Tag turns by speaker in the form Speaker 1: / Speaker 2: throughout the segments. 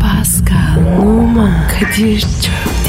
Speaker 1: Pascal, Oman, Kadir çok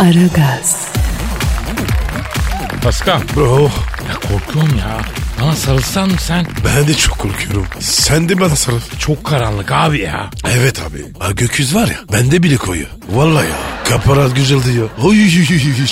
Speaker 1: Aragaz,
Speaker 2: Pascal.
Speaker 3: Bro
Speaker 2: Ya korkuyorum ya. Bana sarılsan mı sen?
Speaker 3: ben de çok korkuyorum. Sen de bana sarıl.
Speaker 2: Çok karanlık abi ya.
Speaker 3: Evet abi. Ha, gökyüzü var ya bende bile koyu. Vallahi ya. Kaparaz güzel diyor. Oy,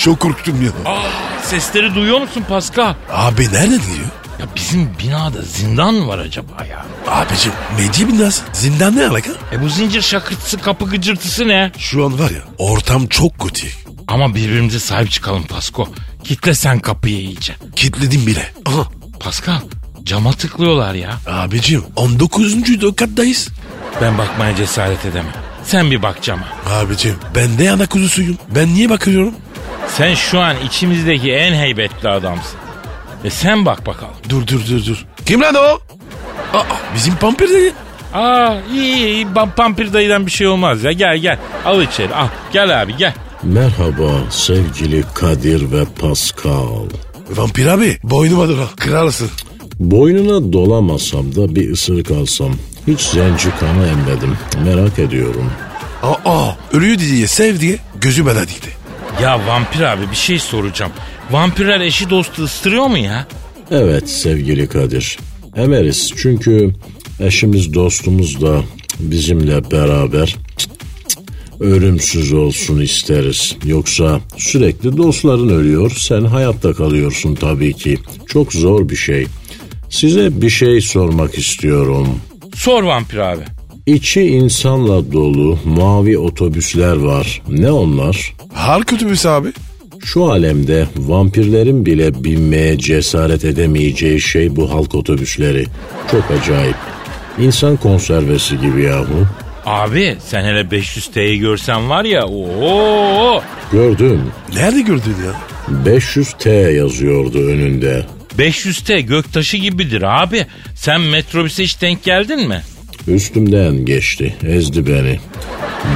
Speaker 3: çok korktum ya.
Speaker 2: Aa, sesleri duyuyor musun Pascal?
Speaker 3: Abi nerede diyor?
Speaker 2: Ya bizim binada zindan mı var acaba ya?
Speaker 3: Abicim Meci Binnaz zindan ne alaka?
Speaker 2: E bu zincir şakırtısı kapı gıcırtısı ne?
Speaker 3: Şu an var ya ortam çok kötü.
Speaker 2: Ama birbirimize sahip çıkalım Pasko. Kitle sen kapıyı iyice.
Speaker 3: Kitledim bile. Aha.
Speaker 2: Pascal cama tıklıyorlar ya.
Speaker 3: Abicim 19. kattayız.
Speaker 2: Ben bakmaya cesaret edemem. Sen bir bak cama.
Speaker 3: Abicim ben de ana kuzusuyum. Ben niye bakıyorum?
Speaker 2: Sen şu an içimizdeki en heybetli adamsın. E sen bak bakalım.
Speaker 3: Dur dur dur dur. Kim lan o? Aa, bizim pampir dedi. E,
Speaker 2: Aa iyi iyi, iyi Pam- pampir dayıdan bir şey olmaz ya gel gel al içeri al gel abi gel.
Speaker 4: Merhaba sevgili Kadir ve Pascal.
Speaker 3: Vampir abi boynuma dur ha. Kralsın.
Speaker 4: Boynuna dolamasam da bir ısırık alsam. Hiç zenci kanı emmedim. Merak ediyorum.
Speaker 3: Aa ölüyor diye sev diye gözü bana dikti.
Speaker 2: Ya vampir abi bir şey soracağım. Vampirler eşi dostu ısırıyor mu ya?
Speaker 4: Evet sevgili Kadir. Emeriz çünkü eşimiz dostumuz da bizimle beraber ölümsüz olsun isteriz. Yoksa sürekli dostların ölüyor, sen hayatta kalıyorsun tabii ki. Çok zor bir şey. Size bir şey sormak istiyorum.
Speaker 2: Sor vampir abi.
Speaker 4: İçi insanla dolu mavi otobüsler var. Ne onlar?
Speaker 3: Har kötümüz abi.
Speaker 4: Şu alemde vampirlerin bile binmeye cesaret edemeyeceği şey bu halk otobüsleri. Çok acayip. İnsan konservesi gibi yahu.
Speaker 2: Abi sen hele 500T'yi görsen var ya ooo
Speaker 4: Gördüm.
Speaker 3: Nerede gördün ya?
Speaker 4: 500T yazıyordu önünde.
Speaker 2: 500T göktaşı gibidir abi. Sen metrobüse hiç denk geldin mi?
Speaker 4: Üstümden geçti, ezdi beni.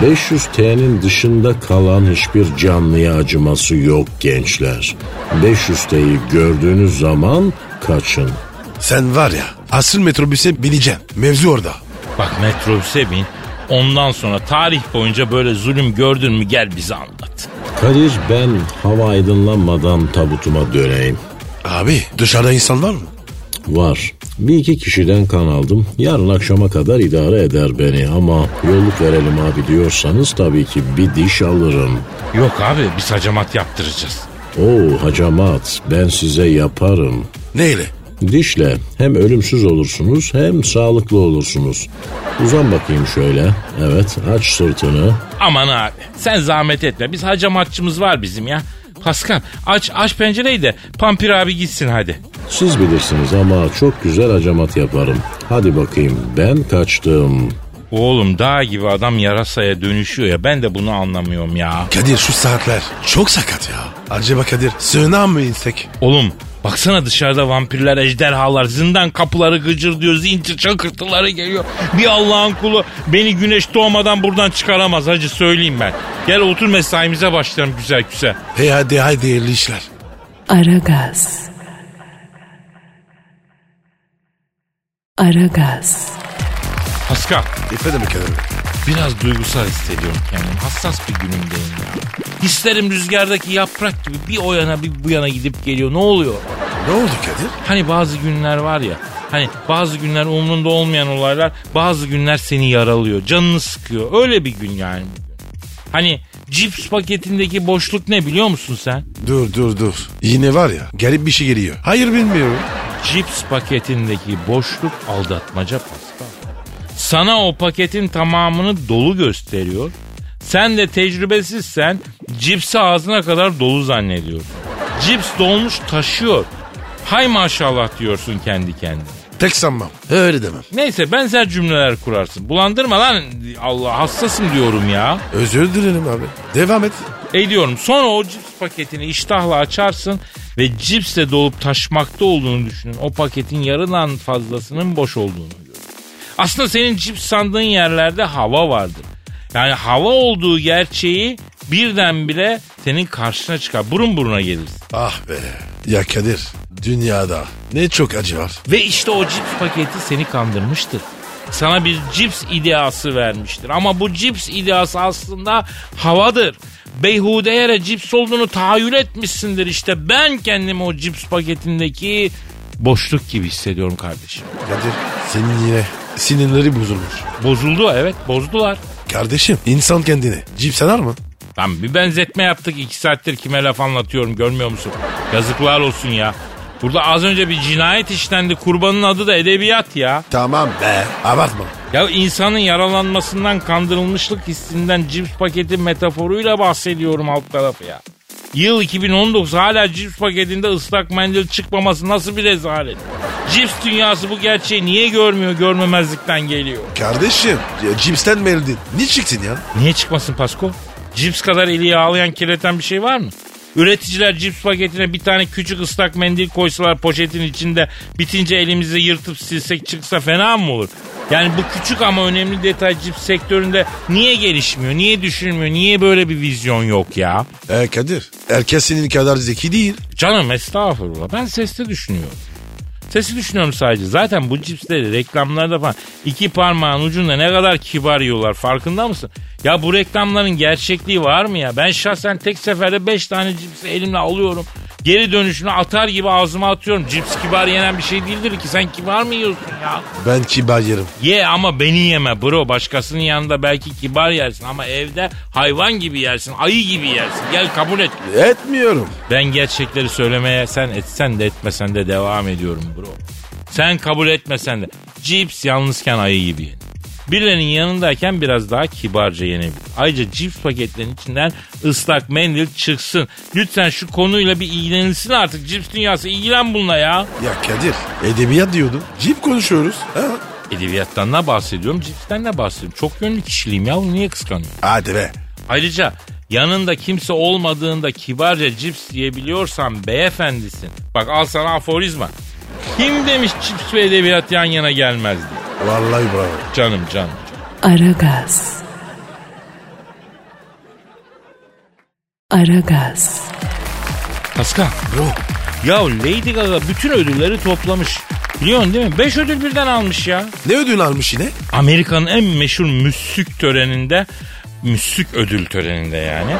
Speaker 4: 500T'nin dışında kalan hiçbir canlıya acıması yok gençler. 500T'yi gördüğünüz zaman kaçın.
Speaker 3: Sen var ya asıl metrobüse bineceksin. Mevzu orada.
Speaker 2: Bak metrobüse bin. Ondan sonra tarih boyunca böyle zulüm gördün mü gel bize anlat.
Speaker 4: Kadir ben hava aydınlanmadan tabutuma döneyim.
Speaker 3: Abi dışarıda insan var mı?
Speaker 4: Var. Bir iki kişiden kan aldım. Yarın akşama kadar idare eder beni ama yolluk verelim abi diyorsanız tabii ki bir diş alırım.
Speaker 2: Yok abi biz hacamat yaptıracağız.
Speaker 4: Oo hacamat ben size yaparım.
Speaker 3: Neyle?
Speaker 4: Dişle hem ölümsüz olursunuz hem sağlıklı olursunuz. Uzan bakayım şöyle. Evet aç sırtını.
Speaker 2: Aman abi sen zahmet etme. Biz hacamatçımız var bizim ya. Paskal aç aç pencereyi de Pampir abi gitsin hadi.
Speaker 4: Siz bilirsiniz ama çok güzel hacamat yaparım. Hadi bakayım ben kaçtım.
Speaker 2: Oğlum dağ gibi adam yarasaya dönüşüyor ya ben de bunu anlamıyorum ya.
Speaker 3: Kadir şu saatler çok sakat ya. Acaba Kadir sığınağa mı insek?
Speaker 2: Oğlum baksana dışarıda vampirler, ejderhalar, zindan kapıları gıcır diyor, zincir çakırtıları geliyor. Bir Allah'ın kulu beni güneş doğmadan buradan çıkaramaz hacı söyleyeyim ben. Gel otur mesaimize başlayalım güzel güzel.
Speaker 3: Hey hadi hadi hayırlı işler.
Speaker 1: Aragaz. Aragaz,
Speaker 2: Paskal
Speaker 3: Efendim Kadir
Speaker 2: Biraz duygusal hissediyorum kendimi. Hassas bir günümdeyim ya. Hislerim rüzgardaki yaprak gibi bir o yana bir bu yana gidip geliyor. Ne oluyor?
Speaker 3: Ne oldu Kadir?
Speaker 2: Hani bazı günler var ya. Hani bazı günler umrunda olmayan olaylar bazı günler seni yaralıyor. Canını sıkıyor. Öyle bir gün yani. Hani cips paketindeki boşluk ne biliyor musun sen?
Speaker 3: Dur dur dur. Yine var ya garip bir şey geliyor. Hayır bilmiyorum.
Speaker 2: Cips paketindeki boşluk aldatmaca Pascal. Sana o paketin tamamını dolu gösteriyor. Sen de tecrübesizsen cipsi ağzına kadar dolu zannediyorsun. Cips dolmuş taşıyor. Hay maşallah diyorsun kendi kendine.
Speaker 3: Tek sanmam. Öyle demem.
Speaker 2: Neyse benzer cümleler kurarsın. Bulandırma lan Allah hassasım diyorum ya.
Speaker 3: Özür dilerim abi. Devam et.
Speaker 2: Ediyorum. Sonra o cips paketini iştahla açarsın ve cipsle dolup taşmakta olduğunu düşünün. O paketin yarıdan fazlasının boş olduğunu görün. Aslında senin cips sandığın yerlerde hava vardır. Yani hava olduğu gerçeği birdenbire senin karşına çıkar. Burun buruna gelirsin.
Speaker 3: Ah be. Ya Kadir dünyada ne çok acı var.
Speaker 2: Ve işte o cips paketi seni kandırmıştır. Sana bir cips ideası vermiştir. Ama bu cips ideası aslında havadır. Beyhude yere cips olduğunu tahayyül etmişsindir işte. Ben kendimi o cips paketindeki boşluk gibi hissediyorum kardeşim.
Speaker 3: Kadir senin yine sinirleri bozulmuş.
Speaker 2: Bozuldu evet bozdular.
Speaker 3: Kardeşim insan kendini cips sanar mı?
Speaker 2: Lan bir benzetme yaptık iki saattir kime laf anlatıyorum görmüyor musun? Yazıklar olsun ya. Burada az önce bir cinayet işlendi kurbanın adı da edebiyat ya.
Speaker 3: Tamam be. Abartma.
Speaker 2: Ya insanın yaralanmasından kandırılmışlık hissinden cips paketi metaforuyla bahsediyorum alt tarafı ya. Yıl 2019 hala cips paketinde ıslak mendil çıkmaması nasıl bir rezalet. Cips dünyası bu gerçeği niye görmüyor görmemezlikten geliyor.
Speaker 3: Kardeşim ya cipsten meldin. Ne çıktın ya?
Speaker 2: Niye çıkmasın Pasko? Cips kadar eli yağlayan kirleten bir şey var mı? Üreticiler cips paketine bir tane küçük ıslak mendil koysalar poşetin içinde bitince elimizi yırtıp silsek çıksa fena mı olur? Yani bu küçük ama önemli detay cips sektöründe niye gelişmiyor, niye düşünmüyor, niye böyle bir vizyon yok ya?
Speaker 3: E Kadir herkes senin kadar zeki değil.
Speaker 2: Canım estağfurullah ben sesli düşünüyorum. Sesi düşünüyorum sadece. Zaten bu cipsleri reklamlarda falan iki parmağın ucunda ne kadar kibar yiyorlar farkında mısın? Ya bu reklamların gerçekliği var mı ya? Ben şahsen tek seferde beş tane cipsi elimle alıyorum. Geri dönüşünü atar gibi ağzıma atıyorum. Cips kibar yenen bir şey değildir ki. Sen kibar mı yiyorsun ya?
Speaker 3: Ben kibar yerim.
Speaker 2: Ye ama beni yeme bro. Başkasının yanında belki kibar yersin ama evde hayvan gibi yersin. Ayı gibi yersin. Gel kabul et.
Speaker 3: Etmiyorum.
Speaker 2: Ben gerçekleri söylemeye sen etsen de etmesen de devam ediyorum bro. Sen kabul etmesen de cips yalnızken ayı gibi yenir. Birilerinin yanındayken biraz daha kibarca yenebilir. Ayrıca cips paketlerinin içinden ıslak mendil çıksın. Lütfen şu konuyla bir ilgilenilsin artık. Cips dünyası ilgilen bununla ya.
Speaker 3: Ya Kadir edebiyat diyordun. Cip konuşuyoruz. Ha?
Speaker 2: Edebiyattan ne bahsediyorum, cipsten ne bahsediyorum. Çok yönlü kişiliğim ya. Niye kıskanıyorum?
Speaker 3: Hadi be.
Speaker 2: Ayrıca yanında kimse olmadığında kibarca cips yiyebiliyorsan beyefendisin. Bak al sana aforizma. Kim demiş cips ve edebiyat yan yana gelmez diye.
Speaker 3: Vallahi bravo.
Speaker 2: Canım canım. canım.
Speaker 1: Aragaz. Aragaz.
Speaker 2: Paskal,
Speaker 3: Bro
Speaker 2: Ya Lady Gaga bütün ödülleri toplamış. Biliyorsun değil mi? Beş ödül birden almış ya.
Speaker 3: ne ödül almış yine?
Speaker 2: Amerika'nın en meşhur müssük töreninde müssük ödül töreninde yani.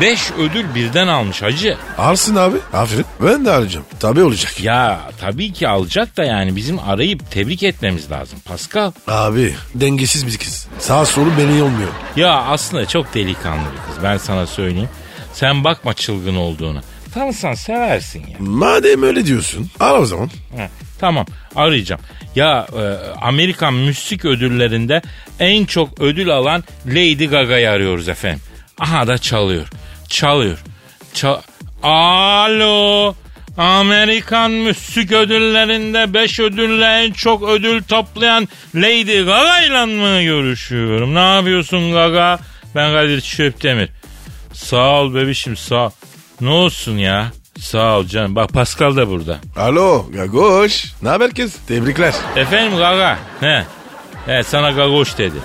Speaker 2: Beş ödül birden almış hacı.
Speaker 3: Alsın abi. Aferin. Ben de alacağım. Tabii olacak.
Speaker 2: Ya tabii ki alacak da yani bizim arayıp tebrik etmemiz lazım Pascal.
Speaker 3: Abi dengesiz bir kız. Sağ solu belli olmuyor.
Speaker 2: Ya aslında çok delikanlı bir kız ben sana söyleyeyim. Sen bakma çılgın olduğuna. Tanısan seversin ya.
Speaker 3: Madem öyle diyorsun al o zaman.
Speaker 2: Ha, tamam arayacağım. Ya e, Amerikan müzik ödüllerinde en çok ödül alan Lady Gaga'yı arıyoruz efendim. Aha da çalıyor. Çalıyor. Çal Alo. Amerikan müzik ödüllerinde 5 ödülle en çok ödül toplayan Lady Gaga ile mi görüşüyorum? Ne yapıyorsun Gaga? Ben Kadir Çöptemir. Sağ ol bebişim sağ ol. Ne olsun ya? Sağ ol canım. Bak Pascal da burada.
Speaker 3: Alo Gagoş. Ne haber kız? Tebrikler.
Speaker 2: Efendim gaga. He. He sana gagoş dedi.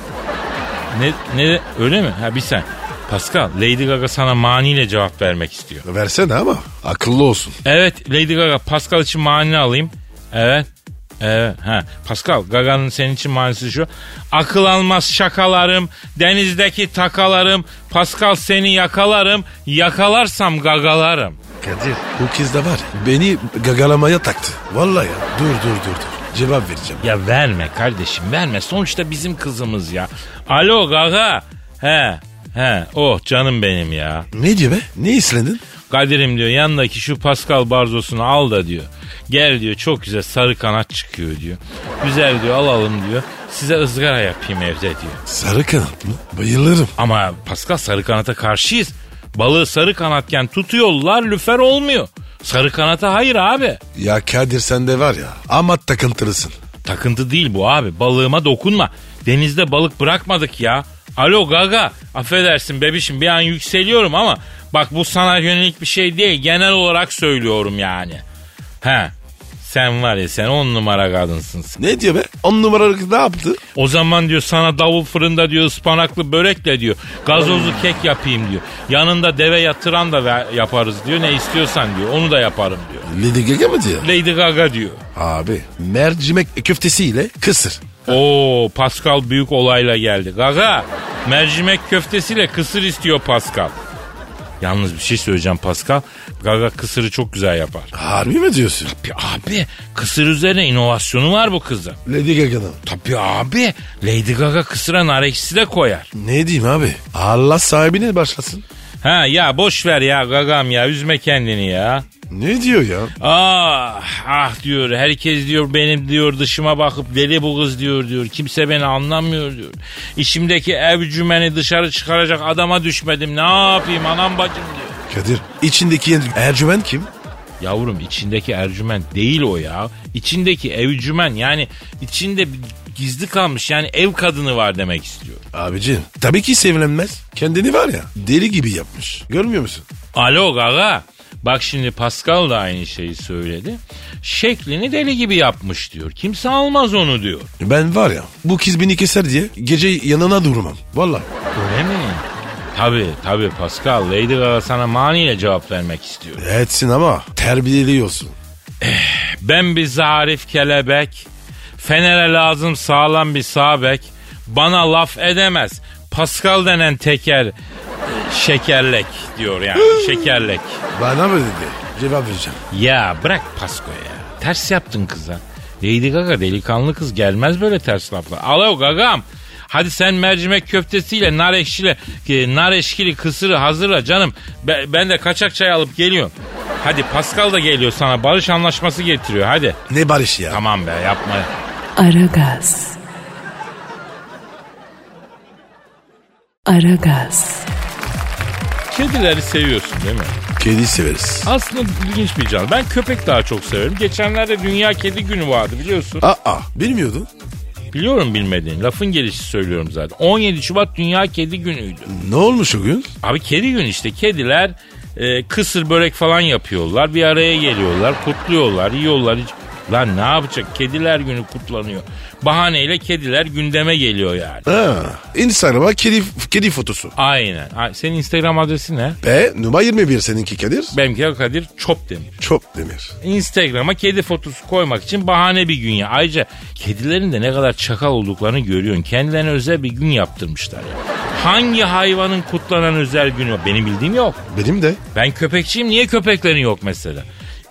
Speaker 2: Ne, ne öyle mi? Ha bir sen. Pascal, Lady Gaga sana maniyle cevap vermek istiyor.
Speaker 3: Versene ama akıllı olsun.
Speaker 2: Evet, Lady Gaga Pascal için mani alayım. Evet. Evet. Ha. Pascal, Gaga'nın senin için manisi şu. Akıl almaz şakalarım, denizdeki takalarım, Pascal seni yakalarım, yakalarsam gagalarım.
Speaker 3: Kadir bu kız da var ya, beni gagalamaya taktı. Vallahi ya. Dur dur dur dur. Cevap vereceğim.
Speaker 2: Ya verme kardeşim verme. Sonuçta bizim kızımız ya. Alo gaga. He he oh canım benim ya.
Speaker 3: Ne diyor be? Ne isledin?
Speaker 2: Kadir'im diyor yanındaki şu Pascal Barzos'unu al da diyor. Gel diyor çok güzel sarı kanat çıkıyor diyor. Güzel diyor alalım diyor. Size ızgara yapayım evde diyor.
Speaker 3: Sarı kanat mı? Bayılırım.
Speaker 2: Ama Pascal sarı kanata karşıyız. Balığı sarı kanatken tutuyorlar lüfer olmuyor. Sarı kanata hayır abi.
Speaker 3: Ya Kadir sen de var ya. Amat takıntılısın.
Speaker 2: Takıntı değil bu abi. Balığıma dokunma. Denizde balık bırakmadık ya. Alo gaga. Affedersin bebişim bir an yükseliyorum ama bak bu sana yönelik bir şey değil. Genel olarak söylüyorum yani. He. Sen var ya sen on numara kadınsın. sen.
Speaker 3: Ne diyor be? On numaralık ne yaptı?
Speaker 2: O zaman diyor sana davul fırında diyor ıspanaklı börekle diyor. Gazozlu kek yapayım diyor. Yanında deve yatıran da ver- yaparız diyor. Ne istiyorsan diyor. Onu da yaparım diyor.
Speaker 3: Lady Gaga mı diyor?
Speaker 2: Lady Gaga diyor.
Speaker 3: Abi mercimek köftesiyle kısır.
Speaker 2: Oo Pascal büyük olayla geldi. Gaga mercimek köftesiyle kısır istiyor Pascal. Yalnız bir şey söyleyeceğim Pascal. Gaga kısırı çok güzel yapar.
Speaker 3: Harbi mi diyorsun?
Speaker 2: Tabii abi kısır üzerine inovasyonu var bu kızın.
Speaker 3: Lady Gaga'nın.
Speaker 2: Tabii abi Lady Gaga kısıra nar ekşisi de koyar.
Speaker 3: Ne diyeyim abi? Allah sahibine başlasın.
Speaker 2: Ha ya boş ver ya gagam ya üzme kendini ya.
Speaker 3: Ne diyor ya?
Speaker 2: Ah ah diyor herkes diyor benim diyor dışıma bakıp deli bu kız diyor diyor. Kimse beni anlamıyor diyor. İçimdeki ev cümeni dışarı çıkaracak adama düşmedim ne yapayım anam bacım diyor.
Speaker 3: Kadir içindeki ercümen kim?
Speaker 2: Yavrum içindeki ercümen değil o ya. İçindeki evcümen yani içinde bir gizli kalmış yani ev kadını var demek istiyor.
Speaker 3: Abicim tabii ki sevilenmez. Kendini var ya deli gibi yapmış. Görmüyor musun?
Speaker 2: Alo gaga. Bak şimdi Pascal da aynı şeyi söyledi. Şeklini deli gibi yapmış diyor. Kimse almaz onu diyor.
Speaker 3: Ben var ya bu kız beni keser diye gece yanına durmam. Vallahi.
Speaker 2: Öyle mi? Tabi tabi Pascal. Lady Gaga sana maniyle cevap vermek istiyor.
Speaker 3: Etsin ama terbiyeli olsun.
Speaker 2: Ben bir zarif kelebek. Fener'e lazım sağlam bir sabek. Bana laf edemez. Pascal denen teker e, şekerlek diyor yani şekerlek.
Speaker 3: Bana mı dedi? Cevap vereceğim.
Speaker 2: Ya bırak Pasko ya. Ters yaptın kıza. Lady Gaga delikanlı kız gelmez böyle ters laflar. Alo gagam. Hadi sen mercimek köftesiyle nar ekşili, e, nar eşkili kısırı hazırla canım. Be- ben de kaçak çay alıp geliyorum. Hadi Pascal da geliyor sana. Barış anlaşması getiriyor hadi.
Speaker 3: Ne barış ya?
Speaker 2: Tamam be yapma.
Speaker 1: Aragaz. Aragaz.
Speaker 2: Kedileri seviyorsun değil mi?
Speaker 3: Kedi severiz.
Speaker 2: Aslında ilginç bir canlı. Ben köpek daha çok severim. Geçenlerde Dünya Kedi Günü vardı biliyorsun.
Speaker 3: Aa bilmiyordun.
Speaker 2: Biliyorum bilmediğin. Lafın gelişi söylüyorum zaten. 17 Şubat Dünya Kedi Günü'ydü.
Speaker 3: Ne olmuş o gün?
Speaker 2: Abi kedi gün işte kediler e, kısır börek falan yapıyorlar. Bir araya geliyorlar, kutluyorlar, yiyorlar. Hiç- Lan ne yapacak? Kediler günü kutlanıyor. Bahaneyle kediler gündeme geliyor yani.
Speaker 3: Ha, Instagram'a kedi, kedi fotosu.
Speaker 2: Aynen. Ay, Senin Instagram adresi ne?
Speaker 3: Be numara 21 seninki Kadir.
Speaker 2: Benimki de Kadir Çopdemir.
Speaker 3: Çok demir.
Speaker 2: Instagram'a kedi fotosu koymak için bahane bir gün ya. Ayrıca kedilerin de ne kadar çakal olduklarını görüyorsun. Kendilerine özel bir gün yaptırmışlar ya. Hangi hayvanın kutlanan özel günü? Benim bildiğim yok.
Speaker 3: Benim de.
Speaker 2: Ben köpekçiyim niye köpeklerin yok mesela?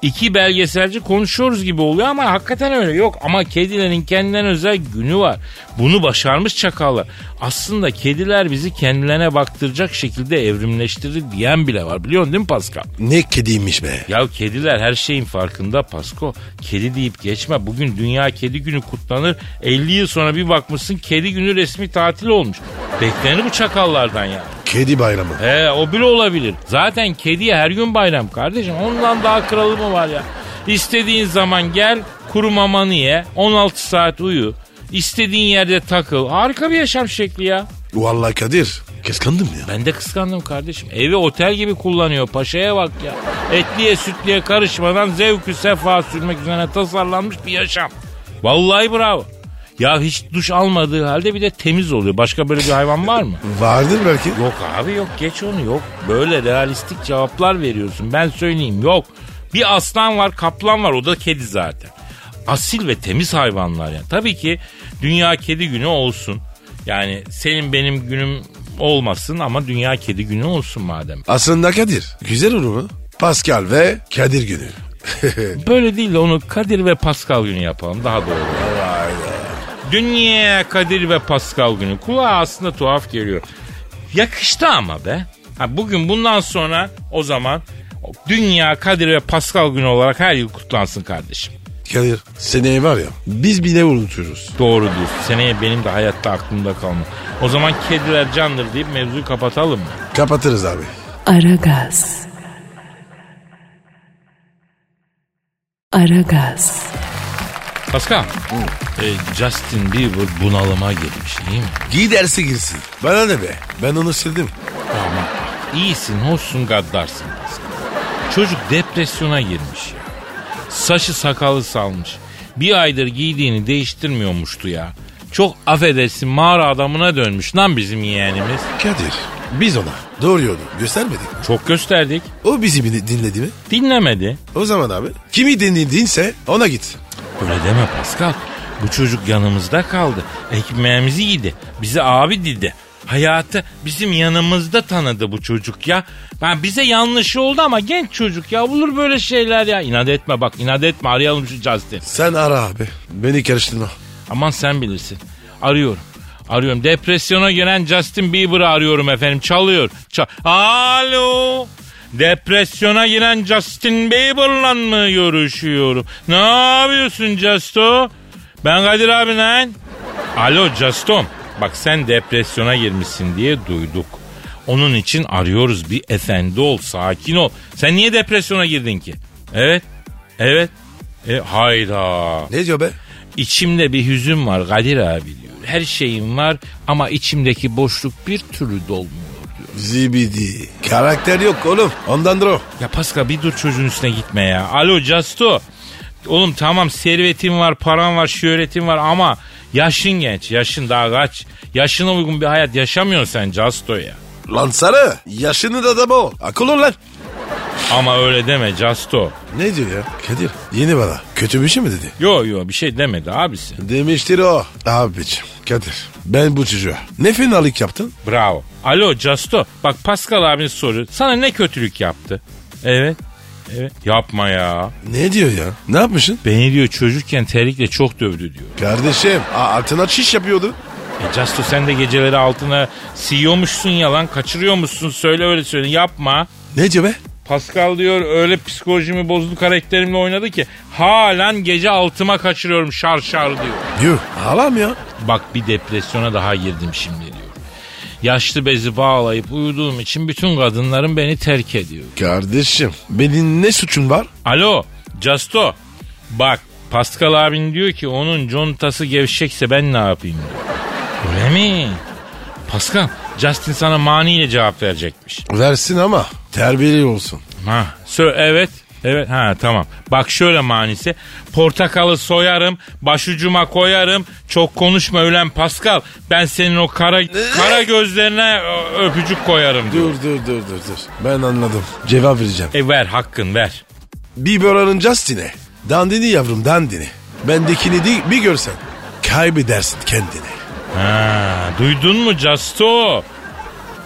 Speaker 2: İki belgeselci konuşuyoruz gibi oluyor ama hakikaten öyle yok. Ama kedilerin kendilerine özel günü var. Bunu başarmış çakallar. Aslında kediler bizi kendilerine baktıracak şekilde evrimleştirir diyen bile var. Biliyorsun değil mi Pascal?
Speaker 3: Ne kediymiş be.
Speaker 2: Ya kediler her şeyin farkında Pasko. Kedi deyip geçme. Bugün Dünya Kedi Günü kutlanır. 50 yıl sonra bir bakmışsın kedi günü resmi tatil olmuş. Beklenir bu çakallardan ya.
Speaker 3: Kedi bayramı.
Speaker 2: He o bile olabilir. Zaten kediye her gün bayram kardeşim. Ondan daha kralı mı var ya? İstediğin zaman gel kuru mamanı ye. 16 saat uyu. İstediğin yerde takıl. Harika bir yaşam şekli ya.
Speaker 3: Vallahi Kadir. Kıskandım ya.
Speaker 2: Ben de kıskandım kardeşim. Evi otel gibi kullanıyor. Paşaya bak ya. Etliye sütliye karışmadan zevkü sefa sürmek üzerine tasarlanmış bir yaşam. Vallahi bravo. Ya hiç duş almadığı halde bir de temiz oluyor. Başka böyle bir hayvan var mı?
Speaker 3: Vardır belki.
Speaker 2: Yok abi yok geç onu yok. Böyle realistik cevaplar veriyorsun. Ben söyleyeyim yok. Bir aslan var kaplan var o da kedi zaten. Asil ve temiz hayvanlar yani. Tabii ki dünya kedi günü olsun. Yani senin benim günüm olmasın ama dünya kedi günü olsun madem.
Speaker 3: Aslında Kadir. Güzel olur mu? Pascal ve Kadir günü.
Speaker 2: Böyle değil de onu Kadir ve Pascal günü yapalım daha doğru. olur. Dünya Kadir ve Pascal günü. Kulağa aslında tuhaf geliyor. Yakıştı ama be. Ha, bugün bundan sonra o zaman Dünya Kadir ve Pascal günü olarak her yıl kutlansın kardeşim.
Speaker 3: Kadir seneye var ya biz bile unutuyoruz.
Speaker 2: Doğru diyorsun. Seneye benim de hayatta aklımda kalma. O zaman kediler candır deyip mevzuyu kapatalım mı?
Speaker 3: Kapatırız abi.
Speaker 1: Aragaz. Aragaz.
Speaker 2: Pascal. e, Justin Bieber bunalıma girmiş değil mi?
Speaker 3: Giderse girsin. Bana ne be? Ben onu sildim.
Speaker 2: Ama iyisin, hoşsun, gaddarsın. Çocuk depresyona girmiş ya. Saçı sakalı salmış. Bir aydır giydiğini değiştirmiyormuştu ya. Çok affedersin mağara adamına dönmüş lan bizim yeğenimiz.
Speaker 3: Kadir biz ona doğru yolu göstermedik mi?
Speaker 2: Çok gösterdik.
Speaker 3: O bizi bini- dinledi mi?
Speaker 2: Dinlemedi.
Speaker 3: O zaman abi kimi dinledinse ona git.
Speaker 2: Öyle deme Pascal. Bu çocuk yanımızda kaldı. Ekmeğimizi yedi. Bize abi dedi. Hayatı bizim yanımızda tanıdı bu çocuk ya. Ben bize yanlış oldu ama genç çocuk ya. Olur böyle şeyler ya. İnat etme bak inat etme arayalım şu Justin.
Speaker 3: Sen ara abi. Beni karıştırma.
Speaker 2: Aman sen bilirsin. Arıyorum. Arıyorum. Depresyona giren Justin Bieber'ı arıyorum efendim. Çalıyor. Çal- Alo. Depresyona giren Justin Bieber'la mı görüşüyorum? Ne yapıyorsun Justo? Ben Kadir abi lan. Alo Justom. Bak sen depresyona girmişsin diye duyduk. Onun için arıyoruz bir efendi ol, sakin ol. Sen niye depresyona girdin ki? Evet, evet. E, hayda.
Speaker 3: Ne diyor be?
Speaker 2: İçimde bir hüzün var Kadir abi diyor. Her şeyim var ama içimdeki boşluk bir türlü dolmuyor diyor.
Speaker 3: Zibidi. Karakter yok oğlum. Ondandır o.
Speaker 2: Ya Pascal bir dur çocuğun üstüne gitme ya. Alo Justo. Oğlum tamam servetin var, paran var, şöhretin var ama yaşın genç, yaşın daha kaç. Yaşına uygun bir hayat yaşamıyorsun sen Justo ya.
Speaker 3: Lan sarı. Yaşının adamı o. Akıl ol lan.
Speaker 2: Ama öyle deme Justo.
Speaker 3: Ne diyor ya? Kadir yeni bana. Kötü bir şey mi dedi?
Speaker 2: Yo yo bir şey demedi abisi.
Speaker 3: Demiştir o. Abicim Kadir ben bu çocuğa ne fenalık yaptın?
Speaker 2: Bravo. Alo Justo. Bak Pascal abiniz soruyor. Sana ne kötülük yaptı? Evet. Evet. Yapma ya.
Speaker 3: Ne diyor ya? Ne yapmışsın?
Speaker 2: Beni diyor çocukken terlikle çok dövdü diyor.
Speaker 3: Kardeşim a- altına çiş yapıyordu.
Speaker 2: E Justo sen de geceleri altına siyormuşsun ya lan kaçırıyormuşsun söyle öyle söyle yapma.
Speaker 3: Ne diyor be?
Speaker 2: Pascal diyor öyle psikolojimi bozdu karakterimle oynadı ki halen gece altıma kaçırıyorum şar şar diyor.
Speaker 3: Yuh ağlam ya.
Speaker 2: Bak bir depresyona daha girdim şimdi diyor. Yaşlı bezi bağlayıp uyuduğum için bütün kadınların beni terk ediyor.
Speaker 3: Kardeşim benim ne suçum var?
Speaker 2: Alo Justo bak Pascal abin diyor ki onun contası gevşekse ben ne yapayım diyor. Öyle mi? Pascal Justin sana maniyle cevap verecekmiş.
Speaker 3: Versin ama terbiyeli olsun.
Speaker 2: Ha, sö- evet Evet ha tamam. Bak şöyle manisi. Portakalı soyarım, başucuma koyarım. Çok konuşma ölen Pascal. Ben senin o kara kara gözlerine ö- öpücük koyarım diyor.
Speaker 3: Dur dur dur dur dur. Ben anladım. Cevap vereceğim.
Speaker 2: E ver hakkın ver.
Speaker 3: Bieber'ın Justin'e. Dandini yavrum dandini. Bendekini değil bir görsen. Kaybedersin kendini.
Speaker 2: Ha, duydun mu Justo?